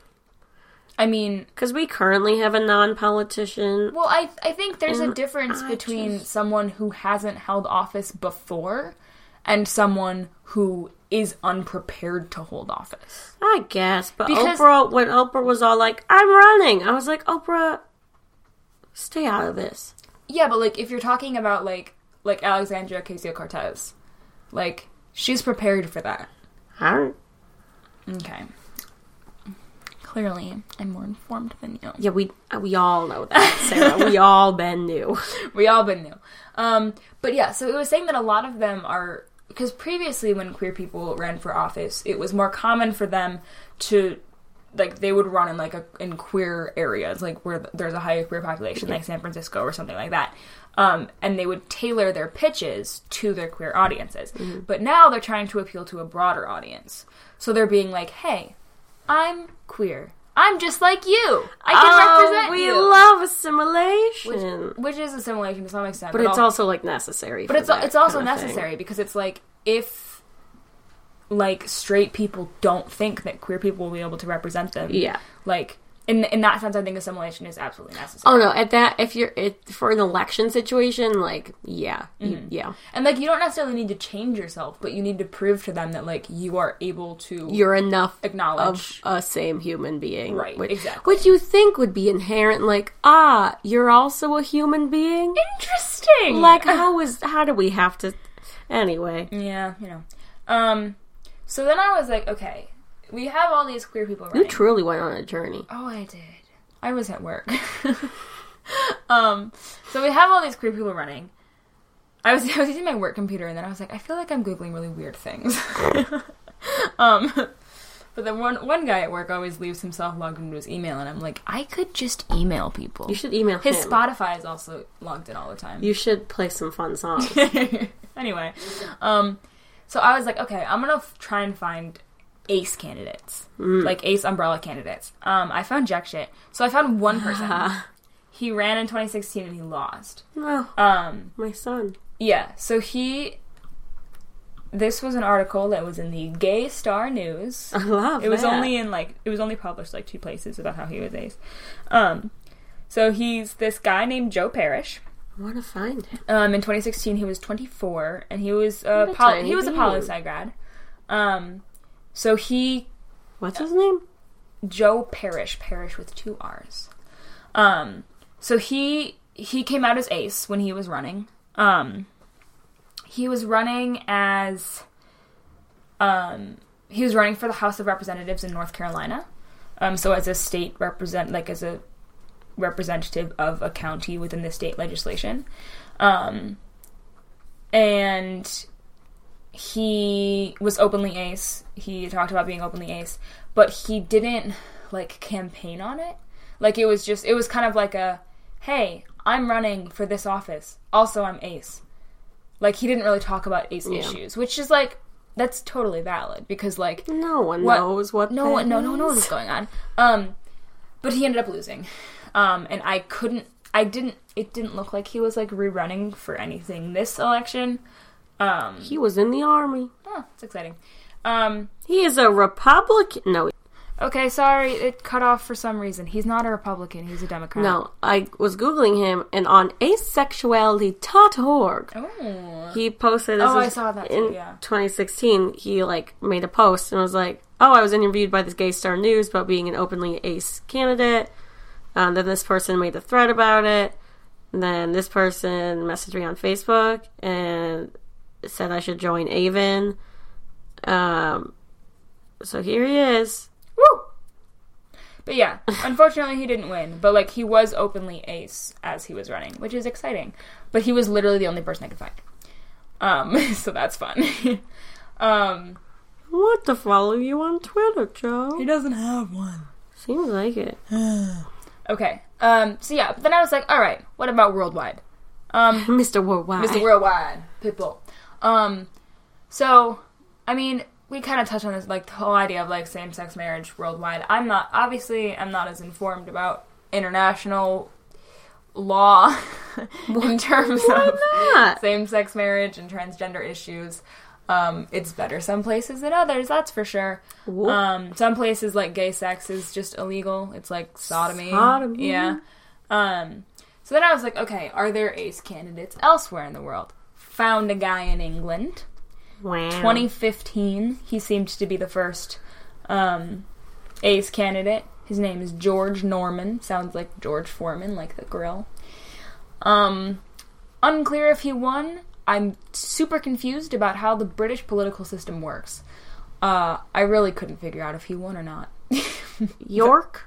[SPEAKER 1] I mean,
[SPEAKER 2] Because we currently have a non politician.
[SPEAKER 1] well, I, I think there's a difference
[SPEAKER 2] I
[SPEAKER 1] between someone who hasn't held office before and someone who is unprepared to hold office.
[SPEAKER 2] I guess, but
[SPEAKER 1] Because-
[SPEAKER 2] Oprah, when Oprah was all like, I'm running, I was like, Oprah, stay out of this.
[SPEAKER 1] Yeah, but like if you're talking about like like Alexandria Ocasio Cortez, like she's prepared for that.
[SPEAKER 2] I don't.
[SPEAKER 1] Okay. Clearly, I'm more informed than you.
[SPEAKER 2] Yeah, we uh, we all know that, Sarah. *laughs* we all been new.
[SPEAKER 1] We all been new. Um, but yeah, so it was saying that a lot of them are because previously when queer people ran for office, it was more common for them to like they would run in like a in queer areas like where th- there's a high queer population like San Francisco or something like that. Um, and they would tailor their pitches to their queer audiences.
[SPEAKER 2] Mm-hmm.
[SPEAKER 1] But now they're trying to appeal to a broader audience. So they're being like, "Hey, I'm queer. I'm just like you. I can represent
[SPEAKER 2] Ah, Um, we
[SPEAKER 1] you."
[SPEAKER 2] love assimilation.
[SPEAKER 1] which is assimilation to some extent,
[SPEAKER 2] but it's
[SPEAKER 1] al-
[SPEAKER 2] also like necessary.
[SPEAKER 1] but it's it's also necessary because it's like if like straight people don't think that queer people will be able to represent them.
[SPEAKER 2] Yeah.
[SPEAKER 1] Like in in that sense, I think assimilation is absolutely necessary.
[SPEAKER 2] Oh no! At that, if you're it, for an election situation, like yeah,
[SPEAKER 1] Mm-hmm.
[SPEAKER 2] you- yeah,
[SPEAKER 1] And like you don't necessarily need to change yourself, but you need to prove to them that like you are able to.
[SPEAKER 2] you're enough
[SPEAKER 1] Acknowledge.
[SPEAKER 2] of a same human being,
[SPEAKER 1] Right,
[SPEAKER 2] Which,
[SPEAKER 1] exactly.
[SPEAKER 2] Which you think would be inherent, like ah, you're also a human being.
[SPEAKER 1] interesting.
[SPEAKER 2] Like how is how do we have to? Anyway,
[SPEAKER 1] Yeah, you know. Um, so then I was like, okay, we have all these queer people
[SPEAKER 2] You
[SPEAKER 1] running.
[SPEAKER 2] truly went on a journey.
[SPEAKER 1] oh, I did. I was at work. *laughs* um, so we have all these queer people running. I was *laughs* I was using my work computer, and then I was like, I feel like I'm googling really weird things. *laughs* um, but then one one guy at work always leaves himself logged into his email, and I'm like, I could just email people.
[SPEAKER 2] You should email
[SPEAKER 1] His
[SPEAKER 2] him.
[SPEAKER 1] Spotify is also logged in all the time.
[SPEAKER 2] You should play some fun songs.
[SPEAKER 1] *laughs* anyway, um, so I was like, okay, I'm gonna f- try and find ace candidates, like ace umbrella candidates. Um, I found jack shit. So I found one person. he ran in 2016 and he lost.
[SPEAKER 2] oh,
[SPEAKER 1] Um,
[SPEAKER 2] my son.
[SPEAKER 1] yeah. So he. This was an article that was in the Gay Star News.
[SPEAKER 2] I love
[SPEAKER 1] It was
[SPEAKER 2] that.
[SPEAKER 1] only in like it was only published like two places about how he was ace. Um, so he's this guy named Joe Parrish.
[SPEAKER 2] I want to find him.
[SPEAKER 1] Um, in 2016, he was 24, and he was uh,
[SPEAKER 2] What a
[SPEAKER 1] pol-
[SPEAKER 2] tiny
[SPEAKER 1] he was a
[SPEAKER 2] baby.
[SPEAKER 1] poli sci grad. Um, so he
[SPEAKER 2] What's his name?
[SPEAKER 1] Joe Parrish, Parrish with two R's. Um, so he he came out as Ace when he was running. Um, he was running as um, he was running for the House of Representatives in North Carolina. Um, so as a state represent, like as a representative of a county within the state legislation, um, and he was openly ace. He talked about being openly ace, but he didn't like campaign on it. Like it was just it was kind of like a hey, I'm running for this office. Also I'm ace. Like he didn't really talk about ace issues, which is like that's totally valid because like
[SPEAKER 2] No one
[SPEAKER 1] what-
[SPEAKER 2] knows what.
[SPEAKER 1] no
[SPEAKER 2] that
[SPEAKER 1] one no no one
[SPEAKER 2] is.
[SPEAKER 1] knows what's going on. Um but he ended up losing. Um and I couldn't I didn't it didn't look like he was like rerunning for anything this election. Um
[SPEAKER 2] He was in the army.
[SPEAKER 1] Oh, it's exciting. Um,
[SPEAKER 2] He is a Republican. No,
[SPEAKER 1] okay, sorry, it cut off for some reason. He's not a Republican, he's a Democrat.
[SPEAKER 2] no. I was googling him, and on asexuality.org,
[SPEAKER 1] Oh.
[SPEAKER 2] he posted. This
[SPEAKER 1] Oh, I
[SPEAKER 2] was
[SPEAKER 1] saw that
[SPEAKER 2] in
[SPEAKER 1] too, yeah.
[SPEAKER 2] 2016. He like made a post and was like, "Oh, I was interviewed by this Gay Star News about being an openly ace candidate." Um, then this person made a thread about it. And then this person messaged me on Facebook and said I should join Avon. Um, so here he is.
[SPEAKER 1] Woo! But yeah, unfortunately, he didn't win. But like, he was openly ace as he was running, which is exciting. But he was literally the only person I could find. Um, *laughs* so that's fun. um,
[SPEAKER 2] Want to follow you on Twitter, Joe?
[SPEAKER 1] doesn't have one.
[SPEAKER 2] Seems
[SPEAKER 1] *laughs*
[SPEAKER 2] like it.
[SPEAKER 1] Okay. Um, so yeah, but then I was like, all right, what about worldwide? Um,
[SPEAKER 2] Mr. Worldwide.
[SPEAKER 1] Mr. Worldwide, Pitbull. Um, so I mean, we kind of touched on this, like the whole idea of like same-sex marriage worldwide. I'm not obviously I'm not as informed about international law *laughs* in terms of
[SPEAKER 2] not?
[SPEAKER 1] same-sex marriage and transgender issues. Um, it's better some places than others, that's for sure.
[SPEAKER 2] Whoop.
[SPEAKER 1] Um, some places like gay sex is just illegal. It's like sodomy.
[SPEAKER 2] Sodomy.
[SPEAKER 1] Yeah. Um, so then I was like, okay, are there ace candidates elsewhere in the world? Found a guy in England.
[SPEAKER 2] Wow.
[SPEAKER 1] 2015, he seemed to be the first um, ace candidate. His name is George Norman. Sounds like George Foreman, like the grill. Um, unclear if he won. I'm super confused about how the British political system works. Uh, I really couldn't figure out if he won or not. *laughs*
[SPEAKER 2] York.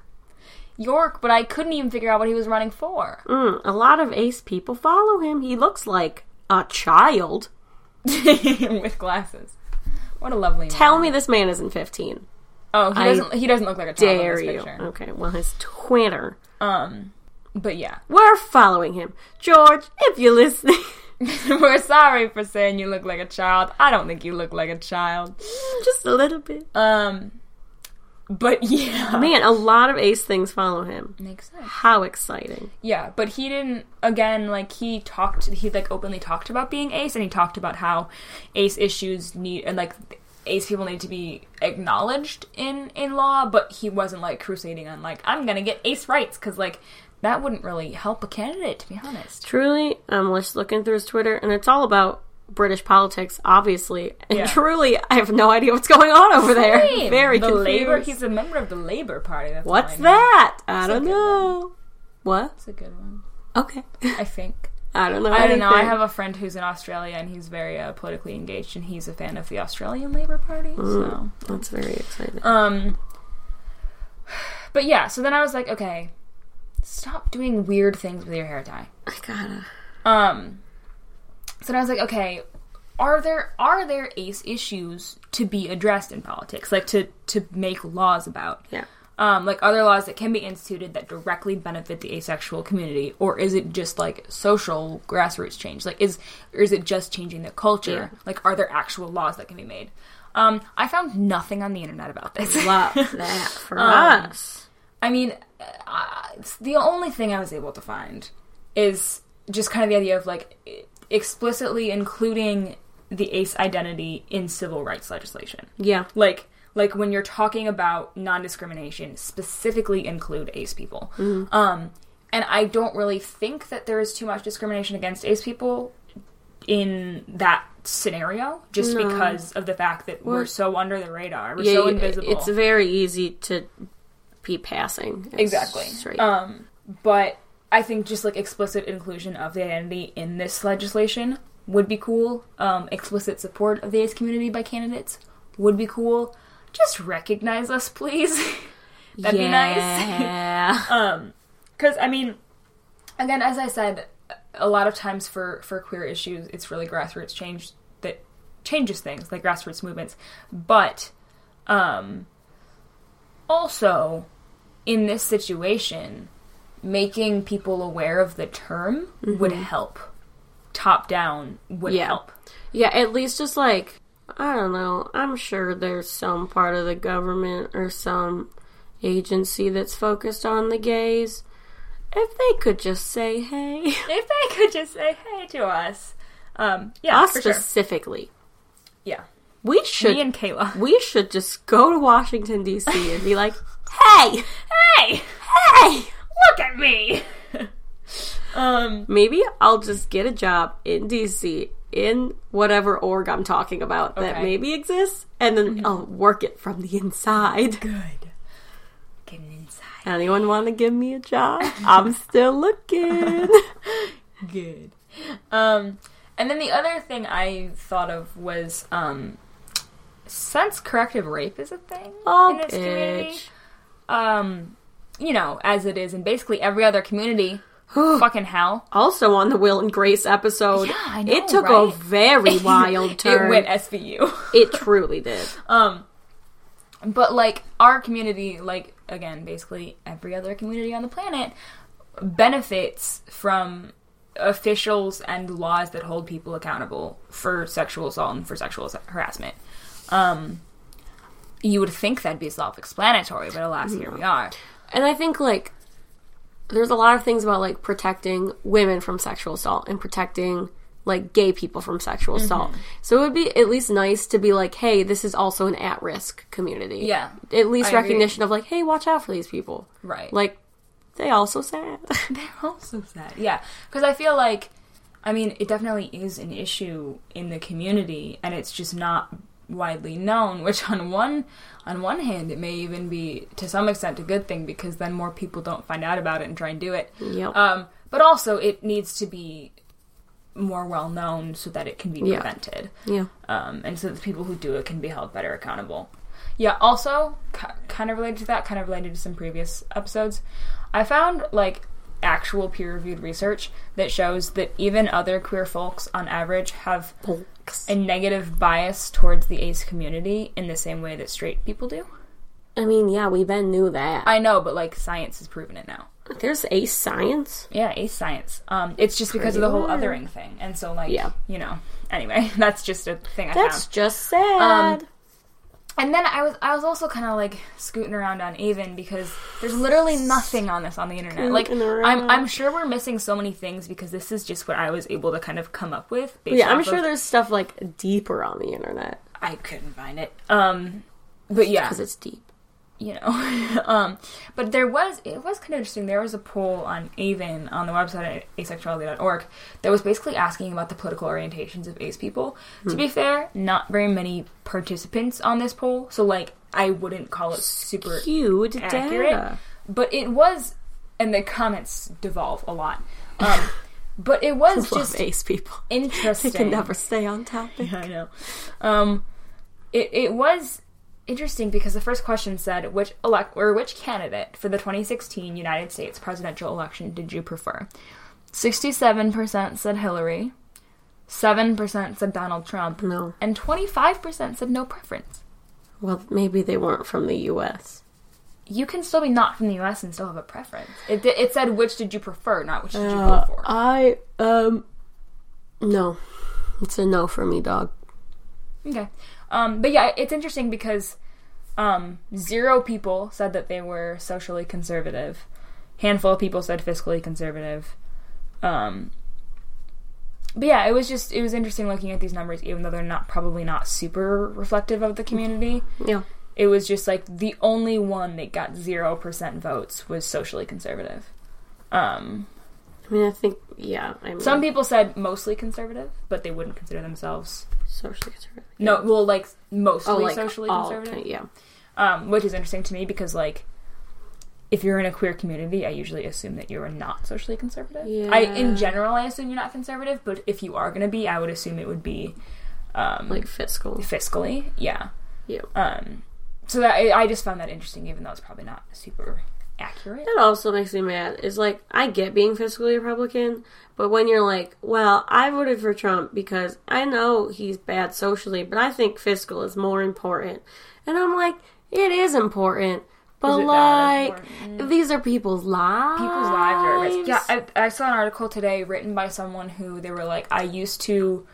[SPEAKER 1] York, but I couldn't even figure out what he was running for. *laughs*
[SPEAKER 2] Mm, a lot of ace people follow him. He looks like a child.
[SPEAKER 1] with glasses. What a lovely man.
[SPEAKER 2] Tell me this man isn't 15.
[SPEAKER 1] Oh, he
[SPEAKER 2] I
[SPEAKER 1] doesn't. He doesn't look like a child in
[SPEAKER 2] Dare
[SPEAKER 1] this
[SPEAKER 2] you.
[SPEAKER 1] picture.
[SPEAKER 2] Okay, well, his Twitter.
[SPEAKER 1] Um, but yeah,
[SPEAKER 2] We're following him. George, if you're listening, *laughs*
[SPEAKER 1] *laughs* we're sorry for saying you look like a child. I don't think you look like a child.
[SPEAKER 2] just a little bit.
[SPEAKER 1] Um, but *laughs* yeah,
[SPEAKER 2] Man, a lot of ace things follow him.
[SPEAKER 1] makes sense.
[SPEAKER 2] How exciting.
[SPEAKER 1] Yeah, but he didn't. Again, like he talked, he like openly talked about being ace, and he talked about how ace issues need and like ace people need to be acknowledged in in law. But he wasn't like crusading on like I'm gonna get ace rights because like that wouldn't really help a candidate to be honest.
[SPEAKER 2] Truly, I'm just looking through his Twitter, and it's all about British politics, obviously. And
[SPEAKER 1] Yeah.
[SPEAKER 2] truly, I have no idea what's going on over there.
[SPEAKER 1] Same.
[SPEAKER 2] *laughs*
[SPEAKER 1] *laughs*
[SPEAKER 2] Very
[SPEAKER 1] the
[SPEAKER 2] confused.
[SPEAKER 1] labor. He's a member of the Labor Party. That's all I
[SPEAKER 2] What's
[SPEAKER 1] know.
[SPEAKER 2] that? I don't
[SPEAKER 1] good
[SPEAKER 2] know. What?
[SPEAKER 1] That's a good one.
[SPEAKER 2] Okay. *laughs*
[SPEAKER 1] I think.
[SPEAKER 2] I don't know.
[SPEAKER 1] I don't know. I
[SPEAKER 2] anything.
[SPEAKER 1] have a friend who's in Australia and he's very uh, politically engaged and he's a fan of the Australian Labour Party. So,
[SPEAKER 2] That's very exciting.
[SPEAKER 1] um, but yeah. So then I was like, okay, stop doing weird things with your hair dye.
[SPEAKER 2] I gotta.
[SPEAKER 1] Um, so then I was like, okay, are there are there ace issues to be addressed in politics, like to to make laws about?
[SPEAKER 2] Yeah.
[SPEAKER 1] um, like other laws that can be instituted that directly benefit the asexual community, or is it just like social grassroots change? Like, is or is it just changing the culture? Like, are there actual laws that can be made? Um, I found nothing on the internet about this. *laughs*
[SPEAKER 2] Love *laughs* that for
[SPEAKER 1] Um,
[SPEAKER 2] us.
[SPEAKER 1] I mean, uh, it's the only thing I was able to find is just kind of the idea of like e- explicitly including the ace identity in civil rights legislation
[SPEAKER 2] Yeah.
[SPEAKER 1] like like when you're talking about non-discrimination specifically include ace people
[SPEAKER 2] Mm-hmm.
[SPEAKER 1] um and i don't really think that there is too much discrimination against ace people in that scenario just because of the fact that we're, so under the radar we're
[SPEAKER 2] yeah
[SPEAKER 1] so
[SPEAKER 2] you-
[SPEAKER 1] invisible
[SPEAKER 2] It's very easy to be passing. as
[SPEAKER 1] Exactly.
[SPEAKER 2] Straight.
[SPEAKER 1] Um, but I think just like explicit inclusion of the identity in this legislation would be cool. Um, explicit support of the ace community by candidates would be cool. Just recognize us, please. *laughs* That'd be nice. *laughs*
[SPEAKER 2] Yeah. *laughs*
[SPEAKER 1] um, because I mean, again, as I said, a lot of times for for queer issues, it's really grassroots change that changes things, like grassroots movements. But um, also, in this situation, making people aware of the term would help. Top down would
[SPEAKER 2] Mm-hmm. Yeah.
[SPEAKER 1] help.
[SPEAKER 2] Yeah, at least just like I don't know. I'm sure there's some part of the government or some agency that's focused on the gays. If they could just say hey, *laughs*
[SPEAKER 1] If they could just say hey to us, um, yeah,
[SPEAKER 2] us
[SPEAKER 1] for sure.
[SPEAKER 2] specifically,
[SPEAKER 1] yeah.
[SPEAKER 2] we should
[SPEAKER 1] Me and Kayla.
[SPEAKER 2] we should just go to Washington D.C. and
[SPEAKER 1] *laughs*
[SPEAKER 2] be like, hey,
[SPEAKER 1] Hey,
[SPEAKER 2] hey.
[SPEAKER 1] look at me. *laughs* um.
[SPEAKER 2] Maybe I'll just get a job in DC in whatever org I'm talking about that
[SPEAKER 1] Okay.
[SPEAKER 2] maybe exists, and then I'll work it from the inside. *laughs*
[SPEAKER 1] Good. Get it inside.
[SPEAKER 2] Anyone want to give me a job? I'm still
[SPEAKER 1] *laughs*
[SPEAKER 2] looking. *laughs*
[SPEAKER 1] Good. Um, and then the other thing I thought of was um, since corrective rape is a thing
[SPEAKER 2] Oh,
[SPEAKER 1] in this community,
[SPEAKER 2] bitch.
[SPEAKER 1] um, you know, as it is in basically every other *gasps* community, fucking hell.
[SPEAKER 2] Also on the Will and Grace episode,
[SPEAKER 1] Yeah, I
[SPEAKER 2] it
[SPEAKER 1] know,
[SPEAKER 2] took a
[SPEAKER 1] right?
[SPEAKER 2] very wild turn.
[SPEAKER 1] *laughs* It went SVU. *laughs*
[SPEAKER 2] It truly did.
[SPEAKER 1] Um, but like our community, like again, basically every other community on the planet benefits from officials and laws that hold people accountable for sexual assault and for sexual ass- harassment. Um, you would think that'd be self-explanatory, but alas, here we are.
[SPEAKER 2] And I think like there's a lot of things about like protecting women from sexual assault and protecting like gay people from sexual
[SPEAKER 1] Mm-hmm.
[SPEAKER 2] assault. So it would be at least nice to be like, hey, this is also an at risk community.
[SPEAKER 1] Yeah.
[SPEAKER 2] At least
[SPEAKER 1] I agree.
[SPEAKER 2] recognition of like, hey, watch out for these people.
[SPEAKER 1] Right.
[SPEAKER 2] Like they also sad. *laughs*
[SPEAKER 1] *laughs* They're also sad. Yeah, because I feel like, I mean, it definitely is an issue in the community, and it's just not widely known. *laughs* Which on one on one hand, it may even be to some extent a good thing because then more people don't find out about it and try and do it.
[SPEAKER 2] Yep.
[SPEAKER 1] Um, but also, it needs to be more well known so that it can be
[SPEAKER 2] Yeah.
[SPEAKER 1] prevented,
[SPEAKER 2] yeah.
[SPEAKER 1] um, and so that the people who do it can be held better accountable. Yeah. Also, ki kind of related to that, kind of related to some previous episodes, I found like actual peer-reviewed research that shows that even other queer folks, on average, have
[SPEAKER 2] Polks.
[SPEAKER 1] a negative bias towards the ace community in the same way that straight people do.
[SPEAKER 2] I mean, yeah, we then knew that.
[SPEAKER 1] I know, but like science has proven it now.
[SPEAKER 2] There's a science.
[SPEAKER 1] Yeah, ace science. Um, it's just because of the
[SPEAKER 2] Pretty
[SPEAKER 1] whole
[SPEAKER 2] wild.
[SPEAKER 1] othering thing, and so like,
[SPEAKER 2] Yeah.
[SPEAKER 1] you know. Anyway, *laughs* that's just a thing I found.
[SPEAKER 2] That's just sad.
[SPEAKER 1] Um, And then I was I was also kind of like scooting around on Avon because there's literally nothing on this on the internet. Like
[SPEAKER 2] Scooting
[SPEAKER 1] I'm
[SPEAKER 2] around.
[SPEAKER 1] I'm sure we're missing so many things because this is just what I was able to kind of come up with. Based
[SPEAKER 2] yeah, I'm
[SPEAKER 1] off
[SPEAKER 2] sure
[SPEAKER 1] of-
[SPEAKER 2] there's stuff like deeper on the internet
[SPEAKER 1] I couldn't find it. Um, but yeah,
[SPEAKER 2] because it's deep.
[SPEAKER 1] you know. *laughs* um, but there was it was kind of interesting. There was a poll on Avon on the website at asexuality.org that was basically asking about the political orientations of ace people.
[SPEAKER 2] Hmm.
[SPEAKER 1] To be fair, not very many participants on this poll, so like I wouldn't call it super
[SPEAKER 2] Huge
[SPEAKER 1] accurate,
[SPEAKER 2] data. *laughs*
[SPEAKER 1] but it was, and the comments devolve a lot. Um, But it was
[SPEAKER 2] Love
[SPEAKER 1] just
[SPEAKER 2] ace *laughs* people. They
[SPEAKER 1] interesting.
[SPEAKER 2] can never stay on
[SPEAKER 1] *laughs*
[SPEAKER 2] topic.
[SPEAKER 1] I know. Um, it it was interesting because the first question said which elect or which candidate for the 2016 United States presidential election did you prefer? 67% said Hillary, 7% said Donald Trump,
[SPEAKER 2] No.
[SPEAKER 1] and 25% said no preference.
[SPEAKER 2] Well, maybe they weren't from the U.S.
[SPEAKER 1] You can still be not from the U.S. and still have a preference. It di- it said which did you prefer, not which did you
[SPEAKER 2] Uh,
[SPEAKER 1] vote for.
[SPEAKER 2] I um no, it's a no for me, dog.
[SPEAKER 1] Okay. Um, but yeah, it's interesting because um, zero people said that they were socially conservative. Handful of people said fiscally conservative. Um, but yeah, it was just it was interesting looking at these numbers, even though they're not probably not super reflective of the community.
[SPEAKER 2] Yeah,
[SPEAKER 1] It was just like the only one that got zero percent votes was socially conservative. Um,
[SPEAKER 2] I mean, I think yeah. I mean,
[SPEAKER 1] some people said mostly conservative, but they wouldn't consider themselves
[SPEAKER 2] socially conservative.
[SPEAKER 1] no, well, like mostly
[SPEAKER 2] Oh, like
[SPEAKER 1] socially
[SPEAKER 2] all
[SPEAKER 1] conservative.
[SPEAKER 2] kind- yeah,
[SPEAKER 1] um, which is interesting to me because like if you're in a queer community i usually assume that you're not socially conservative i
[SPEAKER 2] Yeah.
[SPEAKER 1] in general i assume you're not conservative but if you are going to be i would assume it would be um,
[SPEAKER 2] like fiscal.
[SPEAKER 1] fiscally yeah
[SPEAKER 2] Yeah.
[SPEAKER 1] um, so that I, I just found that interesting even though it's probably not super accurate
[SPEAKER 2] That also makes me mad. Is like I get being fiscally Republican, but when you're like, well, I voted for Trump because I know he's bad socially, but I think fiscal is more important. And I'm like, it is important, but
[SPEAKER 1] Is it that
[SPEAKER 2] like these are people's lives.
[SPEAKER 1] people's lives are at risk. Yeah, I, I saw an article today written by someone who they were like, I used to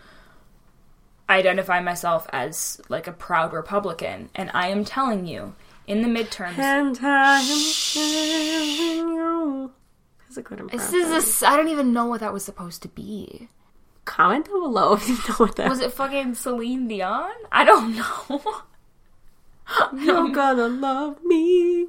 [SPEAKER 1] identify myself as like a proud Republican, and I am telling you, in the midterms,
[SPEAKER 2] And I'm telling you. That's a good
[SPEAKER 1] this
[SPEAKER 2] impression.
[SPEAKER 1] is a. s- I don't even know what that was supposed to be.
[SPEAKER 2] Comment down below if you know what that
[SPEAKER 1] Was it fucking Celine Dion? I don't *laughs* know.
[SPEAKER 2] *laughs* You're gonna love me.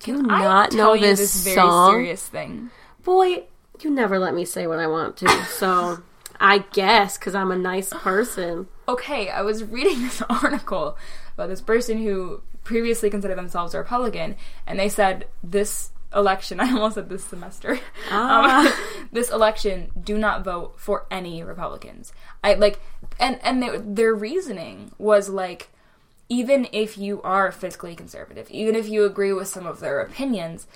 [SPEAKER 2] Do
[SPEAKER 1] I am
[SPEAKER 2] not know
[SPEAKER 1] telling you
[SPEAKER 2] this,
[SPEAKER 1] very
[SPEAKER 2] song.
[SPEAKER 1] serious thing.
[SPEAKER 2] Boy, you never let me say what I want to, so I guess because I'm a nice person.
[SPEAKER 1] okay, I was reading *laughs* this article about this person who previously considered themselves a Republican, and they said this election, *laughs* I almost said this semester, *laughs*
[SPEAKER 2] Ah.
[SPEAKER 1] um, *laughs* this election, do not vote for any Republicans. I like, and and their their reasoning was like, even if you are fiscally conservative, even if you agree with some of their opinions,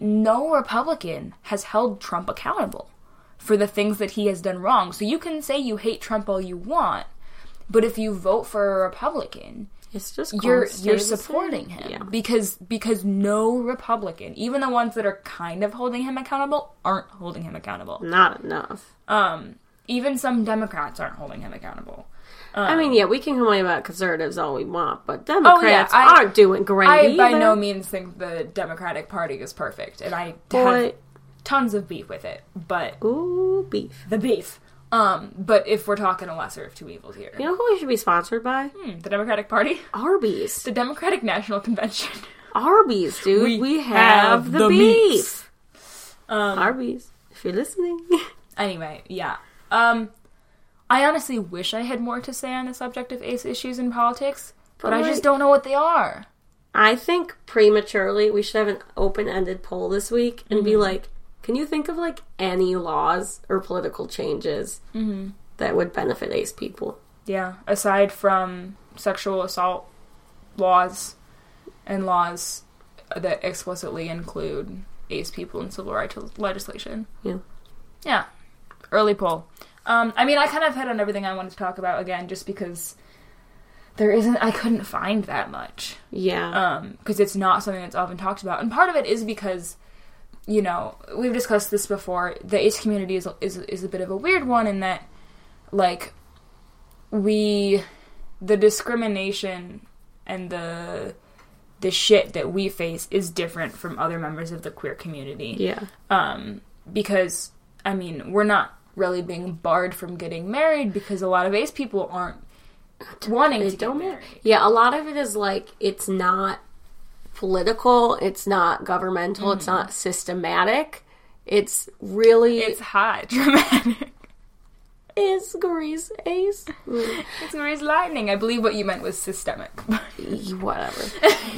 [SPEAKER 1] no Republican has held Trump accountable for the things that he has done wrong. So you can say you hate Trump all you want, but if you vote for a Republican,
[SPEAKER 2] It's just
[SPEAKER 1] you're
[SPEAKER 2] gonna stay
[SPEAKER 1] you're
[SPEAKER 2] the same.
[SPEAKER 1] supporting him
[SPEAKER 2] Yeah.
[SPEAKER 1] because because no Republican, even the ones that are kind of holding him accountable, aren't holding him accountable.
[SPEAKER 2] Not enough.
[SPEAKER 1] Um, even some Democrats aren't holding him accountable. Uh.
[SPEAKER 2] I mean, yeah, we can complain about conservatives all we want, but Democrats
[SPEAKER 1] Oh, I-
[SPEAKER 2] aren't doing great.
[SPEAKER 1] I by
[SPEAKER 2] either.
[SPEAKER 1] no means think the Democratic Party is perfect, and I have
[SPEAKER 2] Boy,
[SPEAKER 1] tons of beef with it. But
[SPEAKER 2] ooh, beef.
[SPEAKER 1] the beef. Um, but if we're talking a lesser of two evils here,
[SPEAKER 2] You know who we should be sponsored by?
[SPEAKER 1] Hmm, the Democratic Party. *laughs*
[SPEAKER 2] Arby's.
[SPEAKER 1] the Democratic National Convention.
[SPEAKER 2] Arby's, dude. We,
[SPEAKER 1] We
[SPEAKER 2] have,
[SPEAKER 1] have
[SPEAKER 2] the,
[SPEAKER 1] the
[SPEAKER 2] beef.
[SPEAKER 1] meats. Um,
[SPEAKER 2] Arby's, if you're listening. *laughs*
[SPEAKER 1] anyway, yeah. Um, I honestly wish I had more to say on the subject of ace issues in politics, but,
[SPEAKER 2] But,
[SPEAKER 1] I
[SPEAKER 2] like-
[SPEAKER 1] just don't know what they are.
[SPEAKER 2] I think prematurely we should have an open ended poll this week and be like, can you think of like any laws or political changes that would benefit ace people?
[SPEAKER 1] Yeah, aside from sexual assault laws and laws that explicitly include ace people in civil rights legislation.
[SPEAKER 2] Yeah.
[SPEAKER 1] Yeah. Early poll. Um, I mean, I kind of hit on everything I wanted to talk about again, just because there isn't. I couldn't find that much Uh,
[SPEAKER 2] Yeah.
[SPEAKER 1] because Um, it's not something that's often talked about. And part of it is because, you know, we've discussed this before. The ace community is is is a bit of a weird one in that, like, we, the discrimination and the the shit that we face is different from other members of the queer community
[SPEAKER 2] yeah.
[SPEAKER 1] um, because I mean we're not really being barred from getting married because a lot of ace people aren't wanting to get
[SPEAKER 2] don't matter.
[SPEAKER 1] married.
[SPEAKER 2] Yeah, a lot of it is like it's not political, it's not governmental, it's not systematic. It's really
[SPEAKER 1] It's hot, *laughs* dramatic.
[SPEAKER 2] is Grease Ace.
[SPEAKER 1] It's raised lightning. I believe what you meant was systemic. *laughs*
[SPEAKER 2] *laughs* whatever.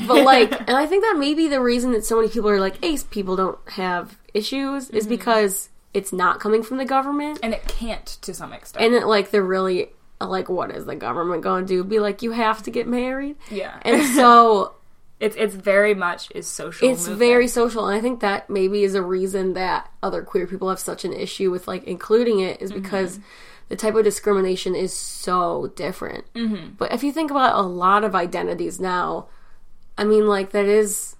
[SPEAKER 2] But like, and I think that may be the reason that so many people are like ace people don't have issues is because it's not coming from the government
[SPEAKER 1] and it can't to some extent.
[SPEAKER 2] and it like they're really like what is the government going to do be like you have to get married
[SPEAKER 1] yeah,
[SPEAKER 2] and so
[SPEAKER 1] it's it's very much is social.
[SPEAKER 2] it's
[SPEAKER 1] movement.
[SPEAKER 2] very social and i think that maybe is a reason that other queer people have such an issue with like including it is because the type of discrimination is so different mm-hmm. but if you think about a lot of identities now i mean like that is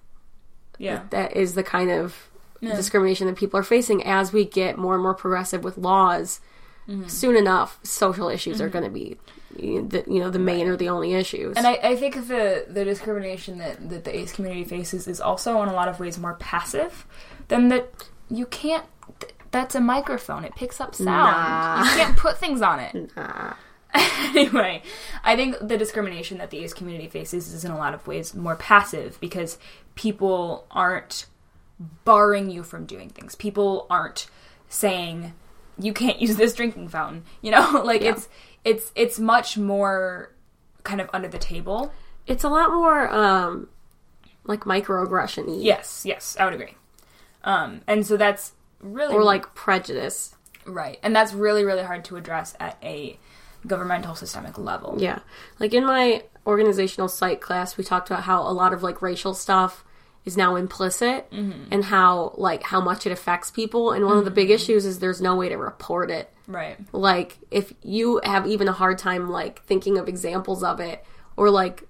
[SPEAKER 1] yeah.
[SPEAKER 2] that is the kind of discrimination that people are facing as we get more and more progressive with laws
[SPEAKER 1] Mm-hmm.
[SPEAKER 2] soon enough social issues are going to be you know, the, you know the main or the only issues
[SPEAKER 1] And I, I think the the discrimination that, that the ace community faces is also in a lot of ways more passive than that you can't. Th- that's a microphone. It picks up sound. You can't put things on it. *laughs* anyway, I think the discrimination that the ace community faces is in a lot of ways more passive because people aren't barring you from doing things. People aren't saying you can't *laughs* use this drinking fountain. You know, *laughs* like it's it's it's much more kind of under the table.
[SPEAKER 2] it's a lot more um like microaggression
[SPEAKER 1] Yes, yes, I would agree. Um, and so that's really
[SPEAKER 2] or like prejudice
[SPEAKER 1] right, and that's really really hard to address at a governmental systemic level.
[SPEAKER 2] yeah like in my organizational psych class we talked about how a lot of like racial stuff is now implicit
[SPEAKER 1] Mm-hmm.
[SPEAKER 2] and how like how much it affects people and one of the big issues is there's no way to report it
[SPEAKER 1] Right.
[SPEAKER 2] like if you have even a hard time like thinking of examples of it or like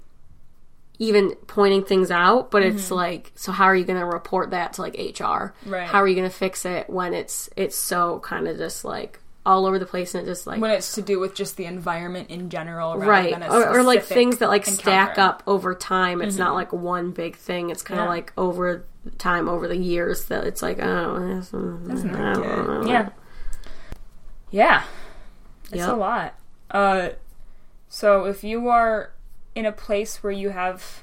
[SPEAKER 2] even pointing things out but it's like so how are you going to report that to like hr
[SPEAKER 1] Mm-hmm. Right.
[SPEAKER 2] how are you going to fix it when it's it's so kind of just like all over the place and it just like
[SPEAKER 1] When it's to do with just the environment in general, rather
[SPEAKER 2] right
[SPEAKER 1] Than a
[SPEAKER 2] or, or like
[SPEAKER 1] specific
[SPEAKER 2] things that like stack
[SPEAKER 1] encounter. Mm-hmm.
[SPEAKER 2] up over time it's not like one big thing it's kind of
[SPEAKER 1] Yeah.
[SPEAKER 2] like over time over the years that it's like oh that's, that's
[SPEAKER 1] not good. Yeah. Yeah. It's
[SPEAKER 2] Yep.
[SPEAKER 1] a lot. Uh, so if you are in a place where you have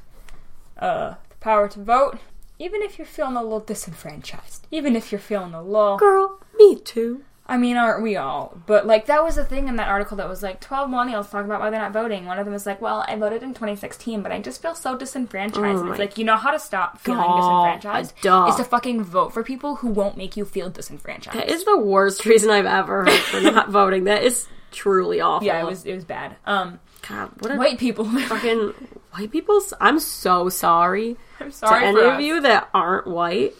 [SPEAKER 1] uh, the power to vote, even if you're feeling a little disenfranchised, even if you're feeling a little
[SPEAKER 2] girl me too
[SPEAKER 1] I mean, aren't we all? But like that was a thing in that article that was like twelve millennials talk about why they're not voting. One of them was like, "Well, I voted in 2016, but I just feel so disenfranchised."
[SPEAKER 2] Oh
[SPEAKER 1] it's
[SPEAKER 2] my
[SPEAKER 1] like you know how to stop feeling
[SPEAKER 2] God,
[SPEAKER 1] disenfranchised
[SPEAKER 2] duh.
[SPEAKER 1] is to fucking vote for people who won't make you feel disenfranchised.
[SPEAKER 2] That is the worst *laughs* reason I've ever heard for
[SPEAKER 1] *laughs*
[SPEAKER 2] not voting. That is truly awful.
[SPEAKER 1] yeah, it was it was bad. Um,
[SPEAKER 2] God, what a
[SPEAKER 1] white
[SPEAKER 2] *laughs*
[SPEAKER 1] people.
[SPEAKER 2] fucking white people's. I'm so sorry,
[SPEAKER 1] I'm sorry
[SPEAKER 2] to
[SPEAKER 1] for
[SPEAKER 2] any of
[SPEAKER 1] us.
[SPEAKER 2] you that aren't white.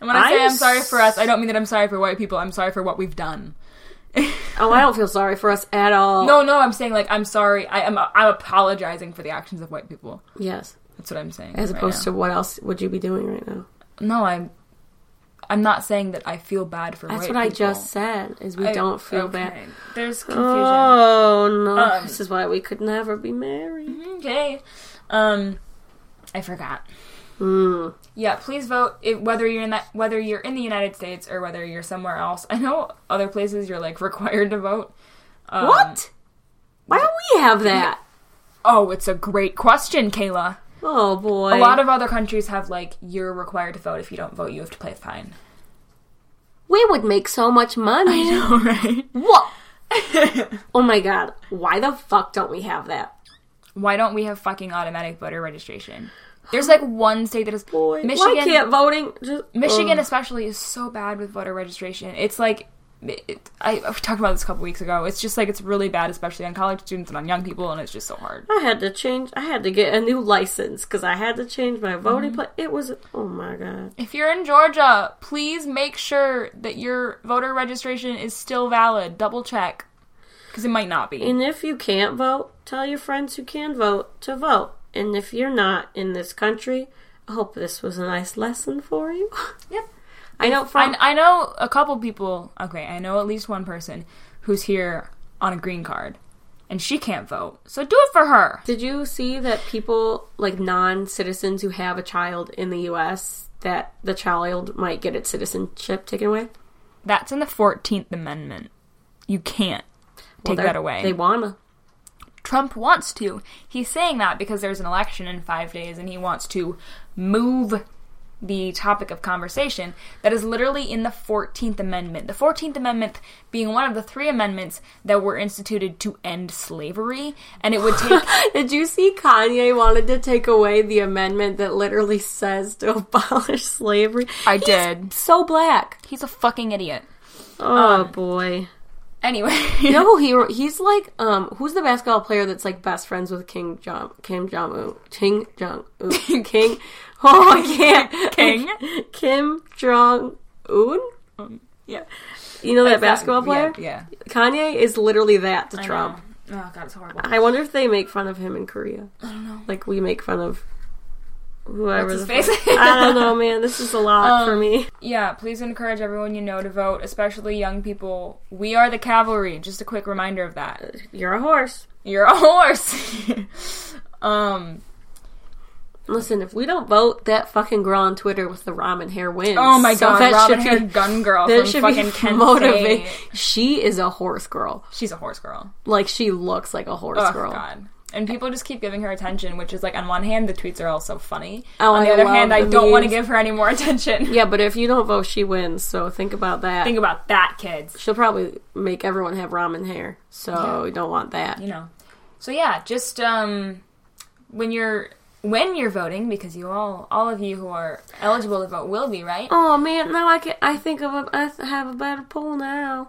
[SPEAKER 1] And when I say
[SPEAKER 2] I'm
[SPEAKER 1] I'm sorry for us, I don't mean that I'm sorry for white people. I'm sorry for what we've done.
[SPEAKER 2] Oh, I don't feel sorry for us at all.
[SPEAKER 1] No, no, I'm saying like I'm sorry. I am I'm apologizing for the actions of white people.
[SPEAKER 2] Yes,
[SPEAKER 1] That's what I'm saying.
[SPEAKER 2] as
[SPEAKER 1] right
[SPEAKER 2] opposed
[SPEAKER 1] now.
[SPEAKER 2] to what else would you be doing right now?
[SPEAKER 1] No, I'm. I'm not saying that I feel bad for.
[SPEAKER 2] That's
[SPEAKER 1] white
[SPEAKER 2] what I
[SPEAKER 1] people.
[SPEAKER 2] just said. Is we
[SPEAKER 1] I-
[SPEAKER 2] don't feel
[SPEAKER 1] okay.
[SPEAKER 2] bad. Uh,
[SPEAKER 1] There's confusion.
[SPEAKER 2] Oh no!
[SPEAKER 1] Um,
[SPEAKER 2] this is why we could never be married.
[SPEAKER 1] okay. Um, I forgot.
[SPEAKER 2] Mm.
[SPEAKER 1] Yeah, please vote if, whether you're in that whether you're in the United States or whether you're somewhere else. I know other places you're like *laughs* required to vote. Um,
[SPEAKER 2] what? Why don't we
[SPEAKER 1] *laughs*
[SPEAKER 2] have that?
[SPEAKER 1] Oh, it's a great question, Kayla.
[SPEAKER 2] Oh boy!
[SPEAKER 1] A lot of other countries have like you're required to vote. If you don't vote, you have to pay a fine. *laughs*
[SPEAKER 2] we would make so much money.
[SPEAKER 1] All
[SPEAKER 2] *laughs*
[SPEAKER 1] right.
[SPEAKER 2] What? oh my god. Why the fuck don't we have that?
[SPEAKER 1] Why don't we have fucking automatic voter registration? There's like one state that is Michigan.
[SPEAKER 2] Why can't voting just uh,
[SPEAKER 1] Michigan, especially, is so bad with voter registration. It's like it, I we talked about this a couple weeks ago. It's just like it's really bad, especially on college students and on young people, and it's just so hard.
[SPEAKER 2] I had to change I had to get a new license cuz I had to change my voting pla It was oh my god.
[SPEAKER 1] If you're in Georgia, please make sure that your voter registration is still valid. Double check because it might not be.
[SPEAKER 2] And if you can't vote, tell your friends who can vote to vote. And if you're not in this country, I hope this was a nice lesson for you. *laughs*
[SPEAKER 1] Yep.
[SPEAKER 2] I know
[SPEAKER 1] I,
[SPEAKER 2] from
[SPEAKER 1] I know a couple people. Okay, I know at least one person who's here on a green card, and she can't vote. So do it for her.
[SPEAKER 2] Did you see that people like non-citizens who have a child in the US that the child might get its citizenship taken away?
[SPEAKER 1] That's in the Fourteenth Amendment. You can't take
[SPEAKER 2] They're-
[SPEAKER 1] that away.
[SPEAKER 2] They wanna.
[SPEAKER 1] Trump wants to. He's saying that because there's an election in five days and he wants to move the topic of conversation that is literally in the 14th Amendment. The 14th Amendment being one of the three amendments that were instituted to end slavery, and
[SPEAKER 2] *laughs*
[SPEAKER 1] it would take.
[SPEAKER 2] Did you see Kanye wanted to take away the amendment that literally says to *laughs* abolish slavery?
[SPEAKER 1] I did.
[SPEAKER 2] So black.
[SPEAKER 1] He's a fucking idiot.
[SPEAKER 2] Oh boy.
[SPEAKER 1] Anyway,
[SPEAKER 2] No, he he's like um who's the basketball player that's like best friends with King Jong Kim Jong Un King Jong *laughs* Un King Oh I *laughs* can't
[SPEAKER 1] King?
[SPEAKER 2] Kim Jong Un
[SPEAKER 1] *laughs* yeah,
[SPEAKER 2] you know that basketball player
[SPEAKER 1] Yeah.
[SPEAKER 2] Kanye is literally that to Trump
[SPEAKER 1] Oh god, it's horrible.
[SPEAKER 2] I wonder if they make fun of him in Korea I don't know like we make fun of whoever
[SPEAKER 1] What's
[SPEAKER 2] the
[SPEAKER 1] his
[SPEAKER 2] fuck-
[SPEAKER 1] face? Um,
[SPEAKER 2] I don't know man this is a lot for me
[SPEAKER 1] Yeah, please encourage everyone you know to vote, especially young people. We are the cavalry. Just a quick reminder of that.
[SPEAKER 2] you're a horse
[SPEAKER 1] You're *laughs* a horse. um.
[SPEAKER 2] Listen, if we don't vote, that fucking girl on Twitter with the ramen hair wins.
[SPEAKER 1] Oh my
[SPEAKER 2] So
[SPEAKER 1] god,
[SPEAKER 2] that
[SPEAKER 1] Robin
[SPEAKER 2] should be-
[SPEAKER 1] Hood Gun Girl
[SPEAKER 2] that
[SPEAKER 1] from
[SPEAKER 2] should *laughs*
[SPEAKER 1] fucking
[SPEAKER 2] be
[SPEAKER 1] Kent
[SPEAKER 2] motivating.
[SPEAKER 1] State.
[SPEAKER 2] She is a horse girl.
[SPEAKER 1] She's a horse girl.
[SPEAKER 2] Like she looks like a horse
[SPEAKER 1] Oh
[SPEAKER 2] girl.
[SPEAKER 1] god. And people just keep giving her attention, which is like on one hand the tweets are all so funny.
[SPEAKER 2] Oh,
[SPEAKER 1] on the
[SPEAKER 2] I
[SPEAKER 1] other
[SPEAKER 2] love
[SPEAKER 1] hand, I
[SPEAKER 2] the
[SPEAKER 1] don't want to
[SPEAKER 2] memes.
[SPEAKER 1] give her any more *laughs* attention.
[SPEAKER 2] Yeah, but if you don't vote, she wins. So think about that.
[SPEAKER 1] Think about that, kids.
[SPEAKER 2] She'll probably make everyone have ramen hair. So you don't want that.
[SPEAKER 1] You know. So yeah, just um when you're when you're voting, because you all all of you who are eligible to vote will be, right?
[SPEAKER 2] Oh man, now I can. I think of a. I have a better poll now.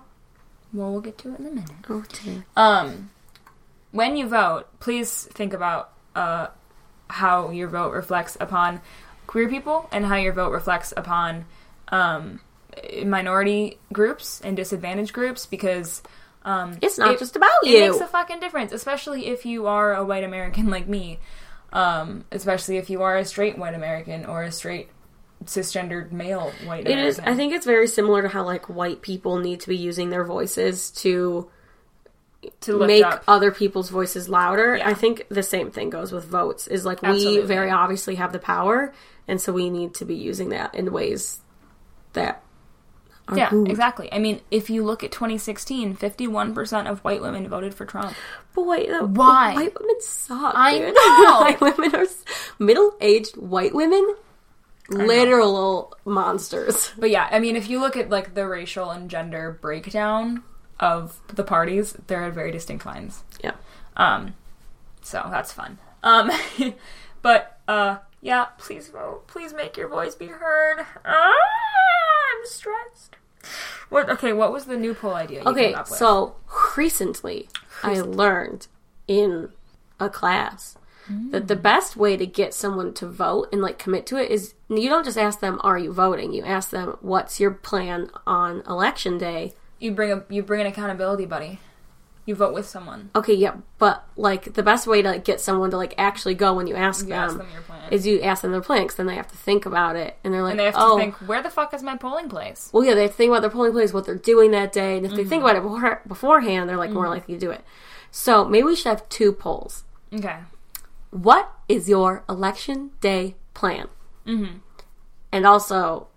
[SPEAKER 1] Well we'll get to it in a minute.
[SPEAKER 2] Oh dear.
[SPEAKER 1] Um, when you vote, please think about uh, how your vote reflects upon queer people and how your vote reflects upon um, minority groups and disadvantaged groups because um,
[SPEAKER 2] It's not
[SPEAKER 1] it-
[SPEAKER 2] just about
[SPEAKER 1] it
[SPEAKER 2] you.
[SPEAKER 1] makes a fucking difference, especially if you are a white American like me. Um, especially if you are a straight white American or a straight cisgendered male white
[SPEAKER 2] It
[SPEAKER 1] American.
[SPEAKER 2] is. I think it's very similar to how like white people need to be using their voices to
[SPEAKER 1] to lift
[SPEAKER 2] make
[SPEAKER 1] up.
[SPEAKER 2] other people's voices louder.
[SPEAKER 1] Yeah.
[SPEAKER 2] I think the same thing goes with votes. Is like
[SPEAKER 1] Absolutely.
[SPEAKER 2] we very obviously have the power, and so we need to be using that in ways that are
[SPEAKER 1] Yeah,
[SPEAKER 2] good.
[SPEAKER 1] exactly. I mean, if you look at 2016, 51% of white women voted for Trump.
[SPEAKER 2] But wait, no,
[SPEAKER 1] Why?
[SPEAKER 2] white women suck?
[SPEAKER 1] I
[SPEAKER 2] dude.
[SPEAKER 1] know.
[SPEAKER 2] *laughs* white women are s- middle-aged white women, literal monsters.
[SPEAKER 1] But yeah, I mean, if you look at like the racial and gender breakdown of the parties, there are very distinct lines.
[SPEAKER 2] Yeah.
[SPEAKER 1] Um, so that's fun. Um, *laughs* but uh, yeah, please vote. Please make your voice be heard. Ah, I'm stressed. What? Okay, what was the new poll idea? You
[SPEAKER 2] Okay,
[SPEAKER 1] came up with?
[SPEAKER 2] so recently I learned in a class that
[SPEAKER 1] Mm.
[SPEAKER 2] the best way to get someone to vote and like commit to it is you don't just ask them are you voting? You ask them what's your plan on election day?
[SPEAKER 1] you bring a you bring an accountability buddy. You vote with someone.
[SPEAKER 2] Okay, yeah, but like the best way to like, get someone to like actually go when you ask
[SPEAKER 1] You
[SPEAKER 2] them,
[SPEAKER 1] ask them your plan.
[SPEAKER 2] Um, is you ask them their plan 'cause then they have to think about it and they're like,
[SPEAKER 1] And they have to
[SPEAKER 2] oh,
[SPEAKER 1] think, where the fuck is my polling place?
[SPEAKER 2] well, yeah, they have to think about their polling place, what they're doing that day, and if they
[SPEAKER 1] Mm-hmm.
[SPEAKER 2] think about it before- beforehand, they're like more likely to do it. So maybe we should have two polls.
[SPEAKER 1] Okay.
[SPEAKER 2] what is your election day plan? Mm-hmm. And also,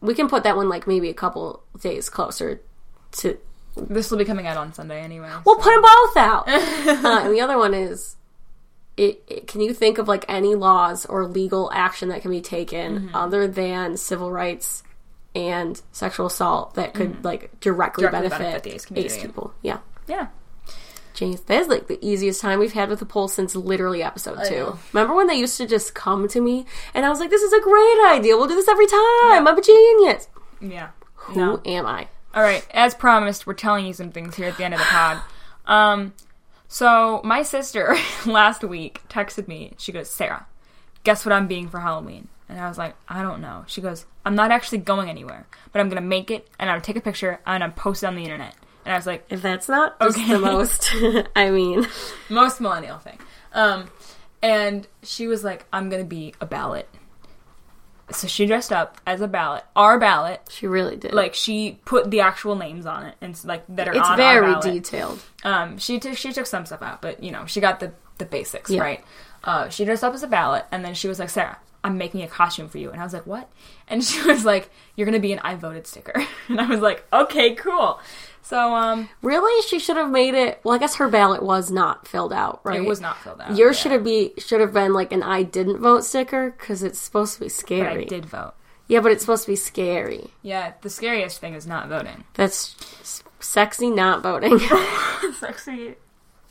[SPEAKER 2] we can put that one like maybe a couple days closer to.
[SPEAKER 1] This will be coming out on Sunday anyway.
[SPEAKER 2] We'll put them both
[SPEAKER 1] *laughs*
[SPEAKER 2] out. uh, and the other one is, it, it, can you think of like any laws or legal action that can be taken
[SPEAKER 1] Mm-hmm.
[SPEAKER 2] other than civil rights and sexual assault that could like directly,
[SPEAKER 1] Mm-hmm. Directly
[SPEAKER 2] benefit,
[SPEAKER 1] benefit the ace community.
[SPEAKER 2] people? Yeah.
[SPEAKER 1] Yeah.
[SPEAKER 2] Jeez, that is like the easiest time we've had with a poll since literally episode two.
[SPEAKER 1] know.
[SPEAKER 2] Remember when they used to just come to me and I was like, this is a great idea. We'll do this every time. I'm a genius.
[SPEAKER 1] Yeah.
[SPEAKER 2] Who am I?
[SPEAKER 1] All right. As promised, we're telling you some things here at the end of the pod. Um, so my sister *laughs* last week texted me. She goes, Sarah, guess what I'm being for Halloween? And I was like, I don't know. She goes, I'm not actually going anywhere, but I'm gonna make it and I'm gonna take a picture and I'm gonna post it on the internet. And I was like,
[SPEAKER 2] If that's not just
[SPEAKER 1] Okay. *laughs*
[SPEAKER 2] the most, *laughs* I mean,
[SPEAKER 1] most millennial thing. Um, and she was like, I'm gonna be a ballot. So she dressed up as a ballot, our ballot,
[SPEAKER 2] she really did.
[SPEAKER 1] like she put the actual names on it and s- like that are
[SPEAKER 2] it's
[SPEAKER 1] on our
[SPEAKER 2] very
[SPEAKER 1] ballot.
[SPEAKER 2] detailed.
[SPEAKER 1] Um, she took she took some stuff out, but you know she got the the basics
[SPEAKER 2] Yeah.
[SPEAKER 1] right. Uh, she dressed up as a ballot, and then she was like, "Sarah, I'm making a costume for you," and I was like, "What?" And *laughs* she was like, "You're gonna be an I voted sticker," *laughs* and I was like, "Okay, cool." So um,
[SPEAKER 2] Really, she should have made it. Well, I guess her ballot was not filled out, right?
[SPEAKER 1] it was not filled out.
[SPEAKER 2] Yours
[SPEAKER 1] Yeah.
[SPEAKER 2] should have be should have been like an "I didn't vote" sticker because it's supposed to be
[SPEAKER 1] But
[SPEAKER 2] scary.
[SPEAKER 1] I did vote.
[SPEAKER 2] Yeah, but it's supposed to be scary.
[SPEAKER 1] Yeah, the scariest thing is not voting.
[SPEAKER 2] That's s- sexy not voting.
[SPEAKER 1] *laughs*
[SPEAKER 2] *laughs*
[SPEAKER 1] sexy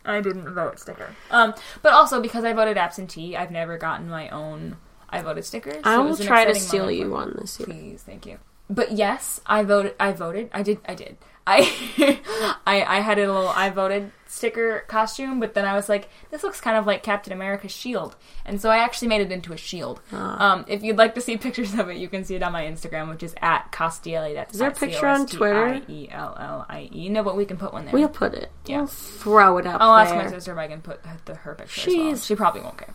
[SPEAKER 1] I didn't vote sticker. Um, but also because I voted absentee, I've never gotten my own I voted stickers.
[SPEAKER 2] I will try to steal you one this year.
[SPEAKER 1] Please, thank you. but yes, I voted. I voted. I did. I did. I, *laughs* I, I had a little I voted sticker costume, but then I was like, this looks kind of like Captain America's shield, and so I actually made it into a shield.
[SPEAKER 2] Ah.
[SPEAKER 1] Um, if you'd like to see *laughs* pictures of it, you can see it on my Instagram, which is at Costielli. That's is
[SPEAKER 2] there a picture on Twitter?
[SPEAKER 1] E L L I E. No, but we can put one there.
[SPEAKER 2] We'll put it.
[SPEAKER 1] Yeah.
[SPEAKER 2] We'll throw it up.
[SPEAKER 1] I'll ask
[SPEAKER 2] there.
[SPEAKER 1] my sister if I can put the, her picture. as well.
[SPEAKER 2] She's-
[SPEAKER 1] she probably won't care.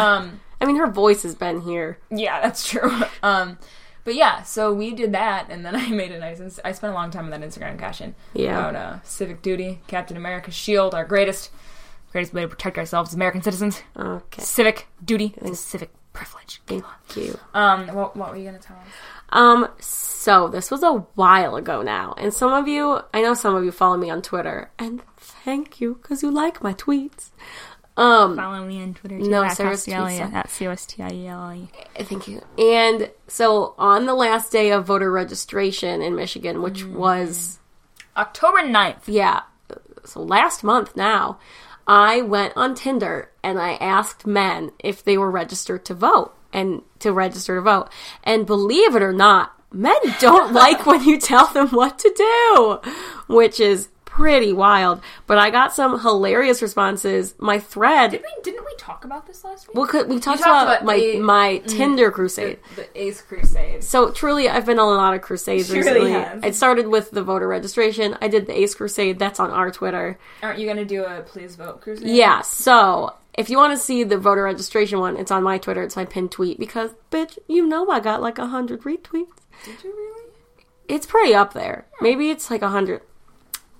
[SPEAKER 1] Um,
[SPEAKER 2] I mean, her voice has been here.
[SPEAKER 1] yeah, that's true. *laughs* Um, but yeah, so we did that, and then *laughs* I made a nice. Ins- I spent a long time on that Instagram caption
[SPEAKER 2] Yeah.
[SPEAKER 1] about uh, civic duty, Captain America's shield, our greatest, greatest way to protect ourselves as American citizens.
[SPEAKER 2] Okay.
[SPEAKER 1] Civic duty is a civic privilege.
[SPEAKER 2] Thank you.
[SPEAKER 1] Um, what, what were you gonna tell us?
[SPEAKER 2] Um, so this was a while ago now, and some of you, I know some of you follow me on Twitter, and thank you because you like my tweets. Um,
[SPEAKER 1] Follow me on Twitter.
[SPEAKER 2] No, at Sarah's Costielli, tweets.
[SPEAKER 1] at C O S T I E L E.
[SPEAKER 2] Thank you. And so on the last day of voter registration in Michigan, which
[SPEAKER 1] Mm.
[SPEAKER 2] was,
[SPEAKER 1] October 9th.
[SPEAKER 2] yeah, so last month now, I went on Tinder and I asked men if they were registered to vote and to register to vote. And believe it or not,
[SPEAKER 1] *laughs*
[SPEAKER 2] men don't like when you tell them what to do, which is pretty wild. But I got some hilarious responses. My thread,
[SPEAKER 1] Did we, didn't we talk about this last week?
[SPEAKER 2] well, we
[SPEAKER 1] talked
[SPEAKER 2] talked, about,
[SPEAKER 1] about
[SPEAKER 2] my,
[SPEAKER 1] the- mm.
[SPEAKER 2] my Tinder crusade.
[SPEAKER 1] the Ace Crusade.
[SPEAKER 2] So truly, I've been on a lot of crusades
[SPEAKER 1] She really
[SPEAKER 2] recently.
[SPEAKER 1] has.
[SPEAKER 2] It started with the voter registration. I did the Ace Crusade. That's on our Twitter.
[SPEAKER 1] Aren't you gonna do a please vote crusade?
[SPEAKER 2] Yeah. So if you want to see the voter registration one, it's on my Twitter. It's my pinned tweet because bitch, you know I got like a hundred retweets.
[SPEAKER 1] Did you really?
[SPEAKER 2] It's pretty up there. Maybe it's like a hundred.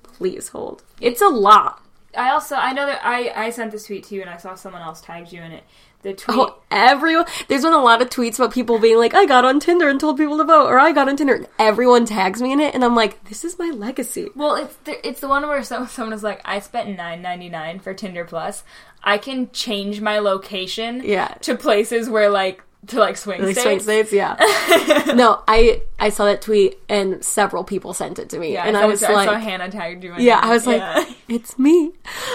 [SPEAKER 2] Please hold. It's a lot.
[SPEAKER 1] I also I know that I I sent this tweet to you and I saw someone else tagged you in it. The tweet.
[SPEAKER 2] Oh, everyone. There's been a lot of tweets about people being like, I got on Tinder and told people to vote, or I got on Tinder, and everyone tags me in it, and I'm like, this is my legacy.
[SPEAKER 1] Well, it's the, it's the one where some, someone is like, I spent nine ninety nine for Tinder Plus. I can change my location.
[SPEAKER 2] Yeah.
[SPEAKER 1] To places where like to like swing
[SPEAKER 2] Like
[SPEAKER 1] states.
[SPEAKER 2] swing
[SPEAKER 1] *laughs*
[SPEAKER 2] states, yeah. no, I I saw that tweet and several people sent it to me,
[SPEAKER 1] Yeah,
[SPEAKER 2] and I
[SPEAKER 1] saw-
[SPEAKER 2] was
[SPEAKER 1] I
[SPEAKER 2] like,
[SPEAKER 1] saw Hannah tagged you. In
[SPEAKER 2] yeah,
[SPEAKER 1] it.
[SPEAKER 2] I was like,
[SPEAKER 1] Yeah. *laughs*
[SPEAKER 2] *laughs* it's me.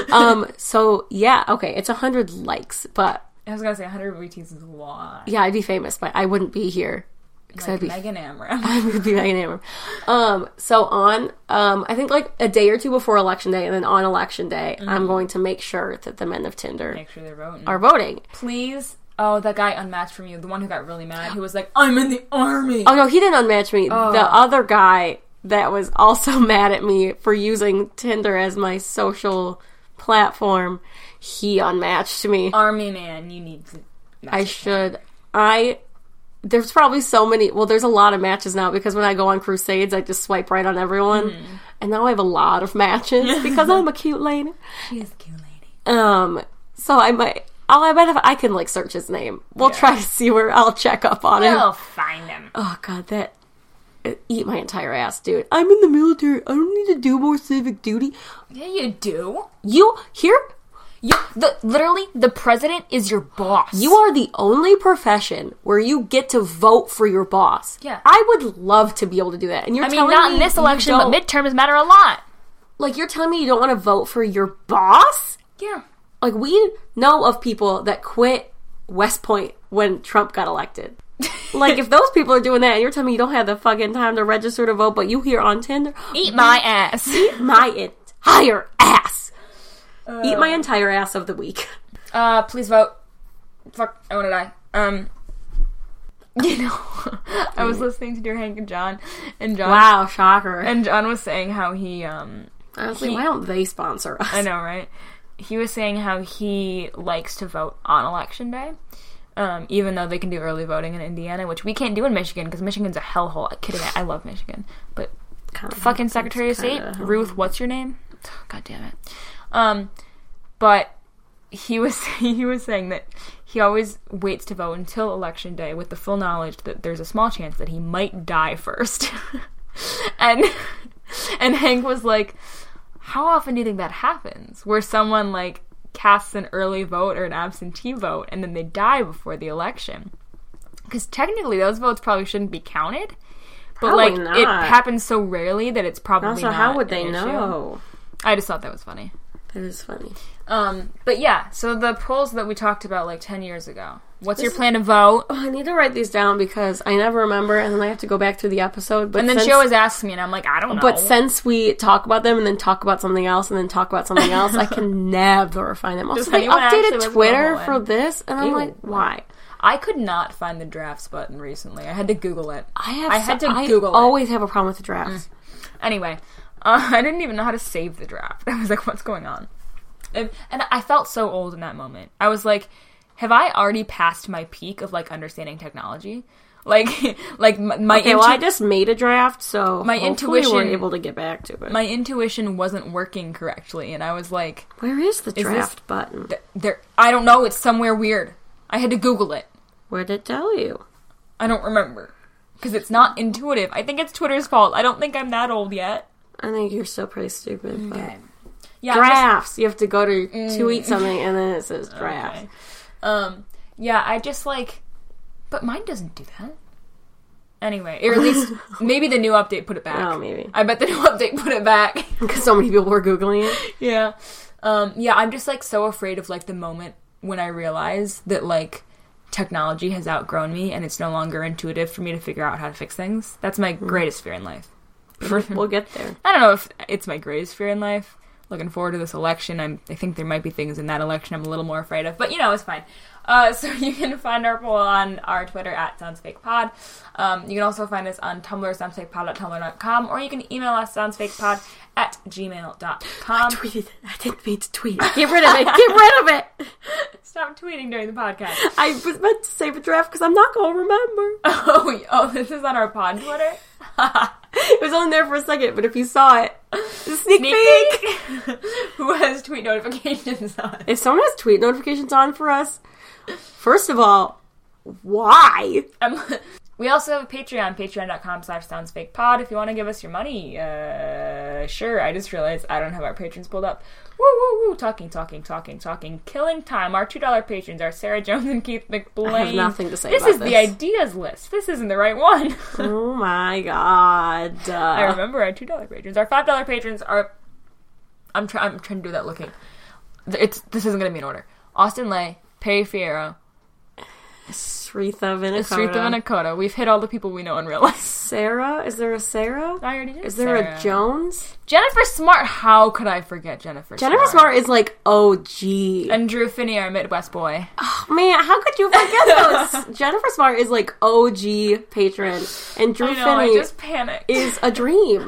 [SPEAKER 2] Um, so yeah, okay, it's a hundred likes, but
[SPEAKER 1] I was gonna say hundred retweets is a lot.
[SPEAKER 2] yeah, I'd be famous, but I wouldn't be here because
[SPEAKER 1] Like
[SPEAKER 2] I'd be
[SPEAKER 1] Megan Amram.
[SPEAKER 2] *laughs* I would be Megan Amram. Um, so on, um, I think like a day or two before election day, and then on election day,
[SPEAKER 1] Mm-hmm.
[SPEAKER 2] I'm going to make sure that the men of Tinder
[SPEAKER 1] Make sure they're voting.
[SPEAKER 2] are voting.
[SPEAKER 1] Please. Oh, that guy unmatched from you. The one who got really mad. Who was
[SPEAKER 2] *gasps*
[SPEAKER 1] like, I'm in the army.
[SPEAKER 2] Oh no, he didn't unmatch me.
[SPEAKER 1] Oh.
[SPEAKER 2] The other guy that was also *laughs* mad at me for using Tinder as my social platform, he unmatched me.
[SPEAKER 1] Army man, you need to.
[SPEAKER 2] I should I there's probably so many well there's a lot of matches now because when I go on crusades I just swipe right on everyone. And now I have a lot of matches because I'm a cute lady.
[SPEAKER 1] She is a cute lady.
[SPEAKER 2] Um so I might Oh, I bet if I can like search his name, we'll try to see where I'll check up on him.
[SPEAKER 1] I'll find him.
[SPEAKER 2] Oh god, that it eat my entire ass, dude. I'm in the military. I don't need to do more civic duty.
[SPEAKER 1] Yeah, you do.
[SPEAKER 2] You here?
[SPEAKER 1] You, the, literally, the president is your boss.
[SPEAKER 2] You are the only profession where you get to vote for your boss.
[SPEAKER 1] Yeah.
[SPEAKER 2] I would love to be able to do that. And you're
[SPEAKER 1] I mean,
[SPEAKER 2] telling
[SPEAKER 1] not
[SPEAKER 2] me
[SPEAKER 1] in this
[SPEAKER 2] you
[SPEAKER 1] election, but
[SPEAKER 2] don't-
[SPEAKER 1] midterms matter a lot.
[SPEAKER 2] like you're telling me you don't want to vote for your boss?
[SPEAKER 1] Yeah.
[SPEAKER 2] Like we know of people that quit West Point when Trump
[SPEAKER 1] *laughs*
[SPEAKER 2] got elected. like if those people are doing that and you're telling me you don't have the fucking time to register to vote, but you here on Tinder,
[SPEAKER 1] Eat my ass.
[SPEAKER 2] my entire ass. Eat my entire ass of the week.
[SPEAKER 1] *laughs* Uh, please vote. Fuck, I want to die. Um, *laughs* you know, *laughs* I was listening to Dear Hank and John, and John
[SPEAKER 2] Wow, shocker.
[SPEAKER 1] and John was saying how he um,
[SPEAKER 2] Honestly, why don't they sponsor us?
[SPEAKER 1] I know, right? He was saying how he likes to vote on election day. Um, even though they can do early voting in Indiana, which we can't do in Michigan because Michigan's a hellhole. Kidding, I love Michigan, but
[SPEAKER 2] Kinda.
[SPEAKER 1] fucking Secretary of State,
[SPEAKER 2] kinda-
[SPEAKER 1] Ruth, what's your name? God damn it. Um, but he was *laughs* he was saying that he always waits to vote until election day with the full knowledge that there's a small chance that he might die first. *laughs* and and Hank was like, how often do you think that happens? Where someone like casts an early vote or an absentee vote and then they die before the election. Because technically, those votes probably shouldn't be counted. But
[SPEAKER 2] Probably
[SPEAKER 1] like,
[SPEAKER 2] not.
[SPEAKER 1] it happens so rarely that it's probably
[SPEAKER 2] Also,
[SPEAKER 1] not
[SPEAKER 2] how would
[SPEAKER 1] an
[SPEAKER 2] they
[SPEAKER 1] issue.
[SPEAKER 2] know?
[SPEAKER 1] I just thought that was funny.
[SPEAKER 2] That is funny.
[SPEAKER 1] Um, but yeah, so the polls that we talked about like 10 years ago. What's your
[SPEAKER 2] This-
[SPEAKER 1] plan to vote?
[SPEAKER 2] Oh, I need to write these down because I never remember, and then I have to go back through the episode. But
[SPEAKER 1] And then
[SPEAKER 2] since,
[SPEAKER 1] she always asks me, and I'm like, I don't know.
[SPEAKER 2] *laughs* But since we talk about them and then talk about something else and then talk about something else,
[SPEAKER 1] *laughs*
[SPEAKER 2] I can never find them. Also,
[SPEAKER 1] Does
[SPEAKER 2] they
[SPEAKER 1] anyone actually
[SPEAKER 2] updated
[SPEAKER 1] look
[SPEAKER 2] Twitter
[SPEAKER 1] normal
[SPEAKER 2] for
[SPEAKER 1] and-
[SPEAKER 2] this, and I'm
[SPEAKER 1] Ew.
[SPEAKER 2] like, why?
[SPEAKER 1] I could not find the drafts button recently. I had to Google it.
[SPEAKER 2] I have.
[SPEAKER 1] I had
[SPEAKER 2] so-
[SPEAKER 1] to
[SPEAKER 2] I
[SPEAKER 1] Google it.
[SPEAKER 2] always have a problem with the
[SPEAKER 1] Mm.
[SPEAKER 2] drafts.
[SPEAKER 1] Anyway, uh, *laughs* I didn't even know how to save the draft. *laughs* I was like, what's going on? And, and I felt so old in that moment. I was like, have I already passed my peak of like understanding technology? *laughs* Like, like my, my
[SPEAKER 2] Okay, well,
[SPEAKER 1] intu-
[SPEAKER 2] I just made a draft, so
[SPEAKER 1] My
[SPEAKER 2] hopefully we're
[SPEAKER 1] intuition-
[SPEAKER 2] able to get back to it.
[SPEAKER 1] my intuition wasn't working correctly, and I was like,
[SPEAKER 2] Where is the
[SPEAKER 1] this-
[SPEAKER 2] draft button?
[SPEAKER 1] th- there. I don't know. It's somewhere weird. I had to Google it.
[SPEAKER 2] Where did it tell you?
[SPEAKER 1] I don't remember because it's not intuitive. I think it's Twitter's fault. I don't think I'm that old yet.
[SPEAKER 2] I think you're still pretty stupid. But...
[SPEAKER 1] Yeah. I'm just-
[SPEAKER 2] Drafts. You have to go to tweet something, and then it says drafts.
[SPEAKER 1] Okay. Um, yeah, I just like, but mine doesn't do that. Anyway, or at least maybe the new update put it back.
[SPEAKER 2] Oh, maybe. *laughs*
[SPEAKER 1] I bet the new *laughs* update put it back.
[SPEAKER 2] Because so many people were googling it.
[SPEAKER 1] yeah, um, yeah. I'm just like so afraid of like the moment when I realize that like technology has outgrown me and it's no longer intuitive for me to figure out how to fix things. That's my greatest fear in life.
[SPEAKER 2] we'll get *laughs* there.
[SPEAKER 1] I don't know if it's my greatest fear in life. Looking forward to this election. I'm, I think there might be things in that election I'm a little more afraid of, but you know, it's fine. Uh, so *laughs* you can find our poll on our Twitter at SoundsFakePod. Um, you can also find us on Tumblr, soundsfakepod.tumblr.com, or you can email us soundsfakepod at gmail.com.
[SPEAKER 2] Tweeted. I didn't mean to tweet. *laughs* Get rid of it. Get rid of it. *laughs*
[SPEAKER 1] Stop tweeting during the podcast.
[SPEAKER 2] I was meant to save a draft because I'm not going to remember.
[SPEAKER 1] *laughs* Oh, y- oh, this is on our pod Twitter?
[SPEAKER 2] It was on there for a second, but if you saw it, sneak,
[SPEAKER 1] Sneak
[SPEAKER 2] peek.
[SPEAKER 1] *laughs* peek! Who has tweet notifications *laughs* on?
[SPEAKER 2] If someone has tweet notifications on for us, first of all, why?
[SPEAKER 1] Um, we also have Patreon, patreon.com slash soundsfakepod. If you want to give us your money, uh, sure. I just realized I don't have our patrons pulled up. Woo, woo, woo. Talking, talking, talking, talking. Killing time. Our $2 patrons are Sarah Jones and Keith McBlain.
[SPEAKER 2] I have nothing to say
[SPEAKER 1] This
[SPEAKER 2] about
[SPEAKER 1] is
[SPEAKER 2] this.
[SPEAKER 1] the ideas list. This isn't the right one. *laughs*
[SPEAKER 2] Oh my god.
[SPEAKER 1] I
[SPEAKER 2] Uh,
[SPEAKER 1] remember our $2 patrons. Our $5 patrons are... I'm, try- I'm trying to do that looking. It's This isn't going to be in order. Austin Lay, Perry Fierro,
[SPEAKER 2] Sritha Vinacoda.
[SPEAKER 1] Sritha Vinakota. We've hit all the people we know in real life.
[SPEAKER 2] Sarah? Is there a Sarah?
[SPEAKER 1] *laughs* I already did
[SPEAKER 2] Is there
[SPEAKER 1] Sarah.
[SPEAKER 2] a Jones?
[SPEAKER 1] Jennifer Smart. How could I forget Jennifer?
[SPEAKER 2] Jennifer Smart is like, oh gee.
[SPEAKER 1] and Drew Finney, our Midwest boy.
[SPEAKER 2] Oh, Man, how could you forget
[SPEAKER 1] *laughs*
[SPEAKER 2] those? Jennifer Smart is like OG patron, and Drew
[SPEAKER 1] I know. I
[SPEAKER 2] Finney
[SPEAKER 1] just panicked.
[SPEAKER 2] is a dream.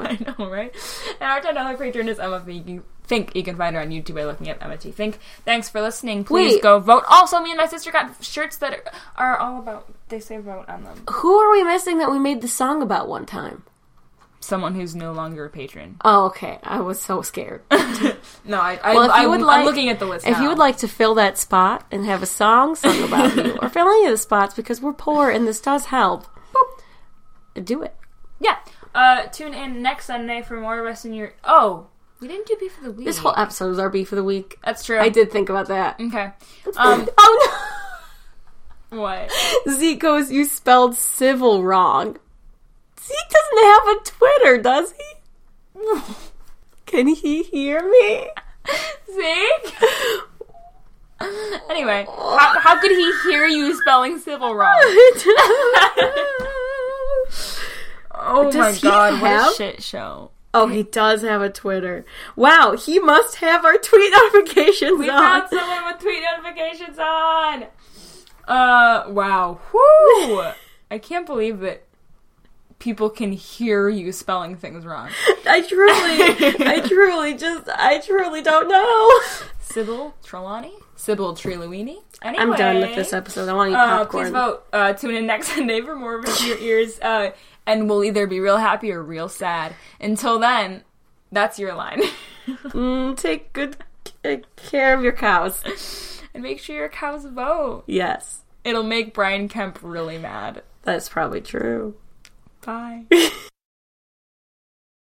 [SPEAKER 1] *laughs* I know, right? And our ten dollar patron is Emma Fink. You think you can find her on YouTube by looking up Emma T. Think. Thanks for listening. Please
[SPEAKER 2] Wait.
[SPEAKER 1] go vote. Also, me and my sister got shirts that are, are all about. They say vote on them.
[SPEAKER 2] Who are we missing that we made the song about one time?
[SPEAKER 1] Someone who's no longer a patron.
[SPEAKER 2] Oh, okay. I was so
[SPEAKER 1] *laughs*
[SPEAKER 2] scared.
[SPEAKER 1] No, I. I,
[SPEAKER 2] Well, if
[SPEAKER 1] I
[SPEAKER 2] you would
[SPEAKER 1] am
[SPEAKER 2] like-
[SPEAKER 1] looking at the list.
[SPEAKER 2] If you
[SPEAKER 1] now.
[SPEAKER 2] would like to fill that spot and have a song sung
[SPEAKER 1] *laughs*
[SPEAKER 2] about you, or fill any of the spots because we're poor and this does help, do it.
[SPEAKER 1] yeah. Uh, tune in next Sunday for more rest in your. Oh, we didn't do beef of the week.
[SPEAKER 2] This whole episode is our beef of the week.
[SPEAKER 1] That's true.
[SPEAKER 2] I did think about that.
[SPEAKER 1] Okay. Um.
[SPEAKER 2] *laughs* oh
[SPEAKER 1] *laughs* what?
[SPEAKER 2] *laughs* no! Zeke goes, you spelled civil wrong. Zeke doesn't have a Twitter, does he? *laughs* Can he hear me? *laughs*
[SPEAKER 1] See? anyway, how, how could he hear you spelling civil wrong? Oh
[SPEAKER 2] my God, what a
[SPEAKER 1] shit show.
[SPEAKER 2] Oh, he does have a Twitter. Wow, he must have our tweet *laughs* notifications
[SPEAKER 1] We
[SPEAKER 2] on.
[SPEAKER 1] found someone with tweet notifications on. Uh, wow. Whoo! *laughs* I can't believe that people can hear you spelling things wrong.
[SPEAKER 2] I truly, *laughs* I truly just, I truly don't know.
[SPEAKER 1] Sybil Trelawney? Sybil Treluini? Anyway.
[SPEAKER 2] I'm done with this episode. I want to eat
[SPEAKER 1] Uh,
[SPEAKER 2] popcorn.
[SPEAKER 1] please vote. Uh, tune in next *laughs* Sunday for more of your ears, uh, and we'll either be real happy or real sad. Until then, that's your line. *laughs*
[SPEAKER 2] Mm, take good c- uh, care of your cows.
[SPEAKER 1] and make sure your cows vote.
[SPEAKER 2] Yes,
[SPEAKER 1] It'll make Brian Kemp really mad.
[SPEAKER 2] that's probably true.
[SPEAKER 1] Bye.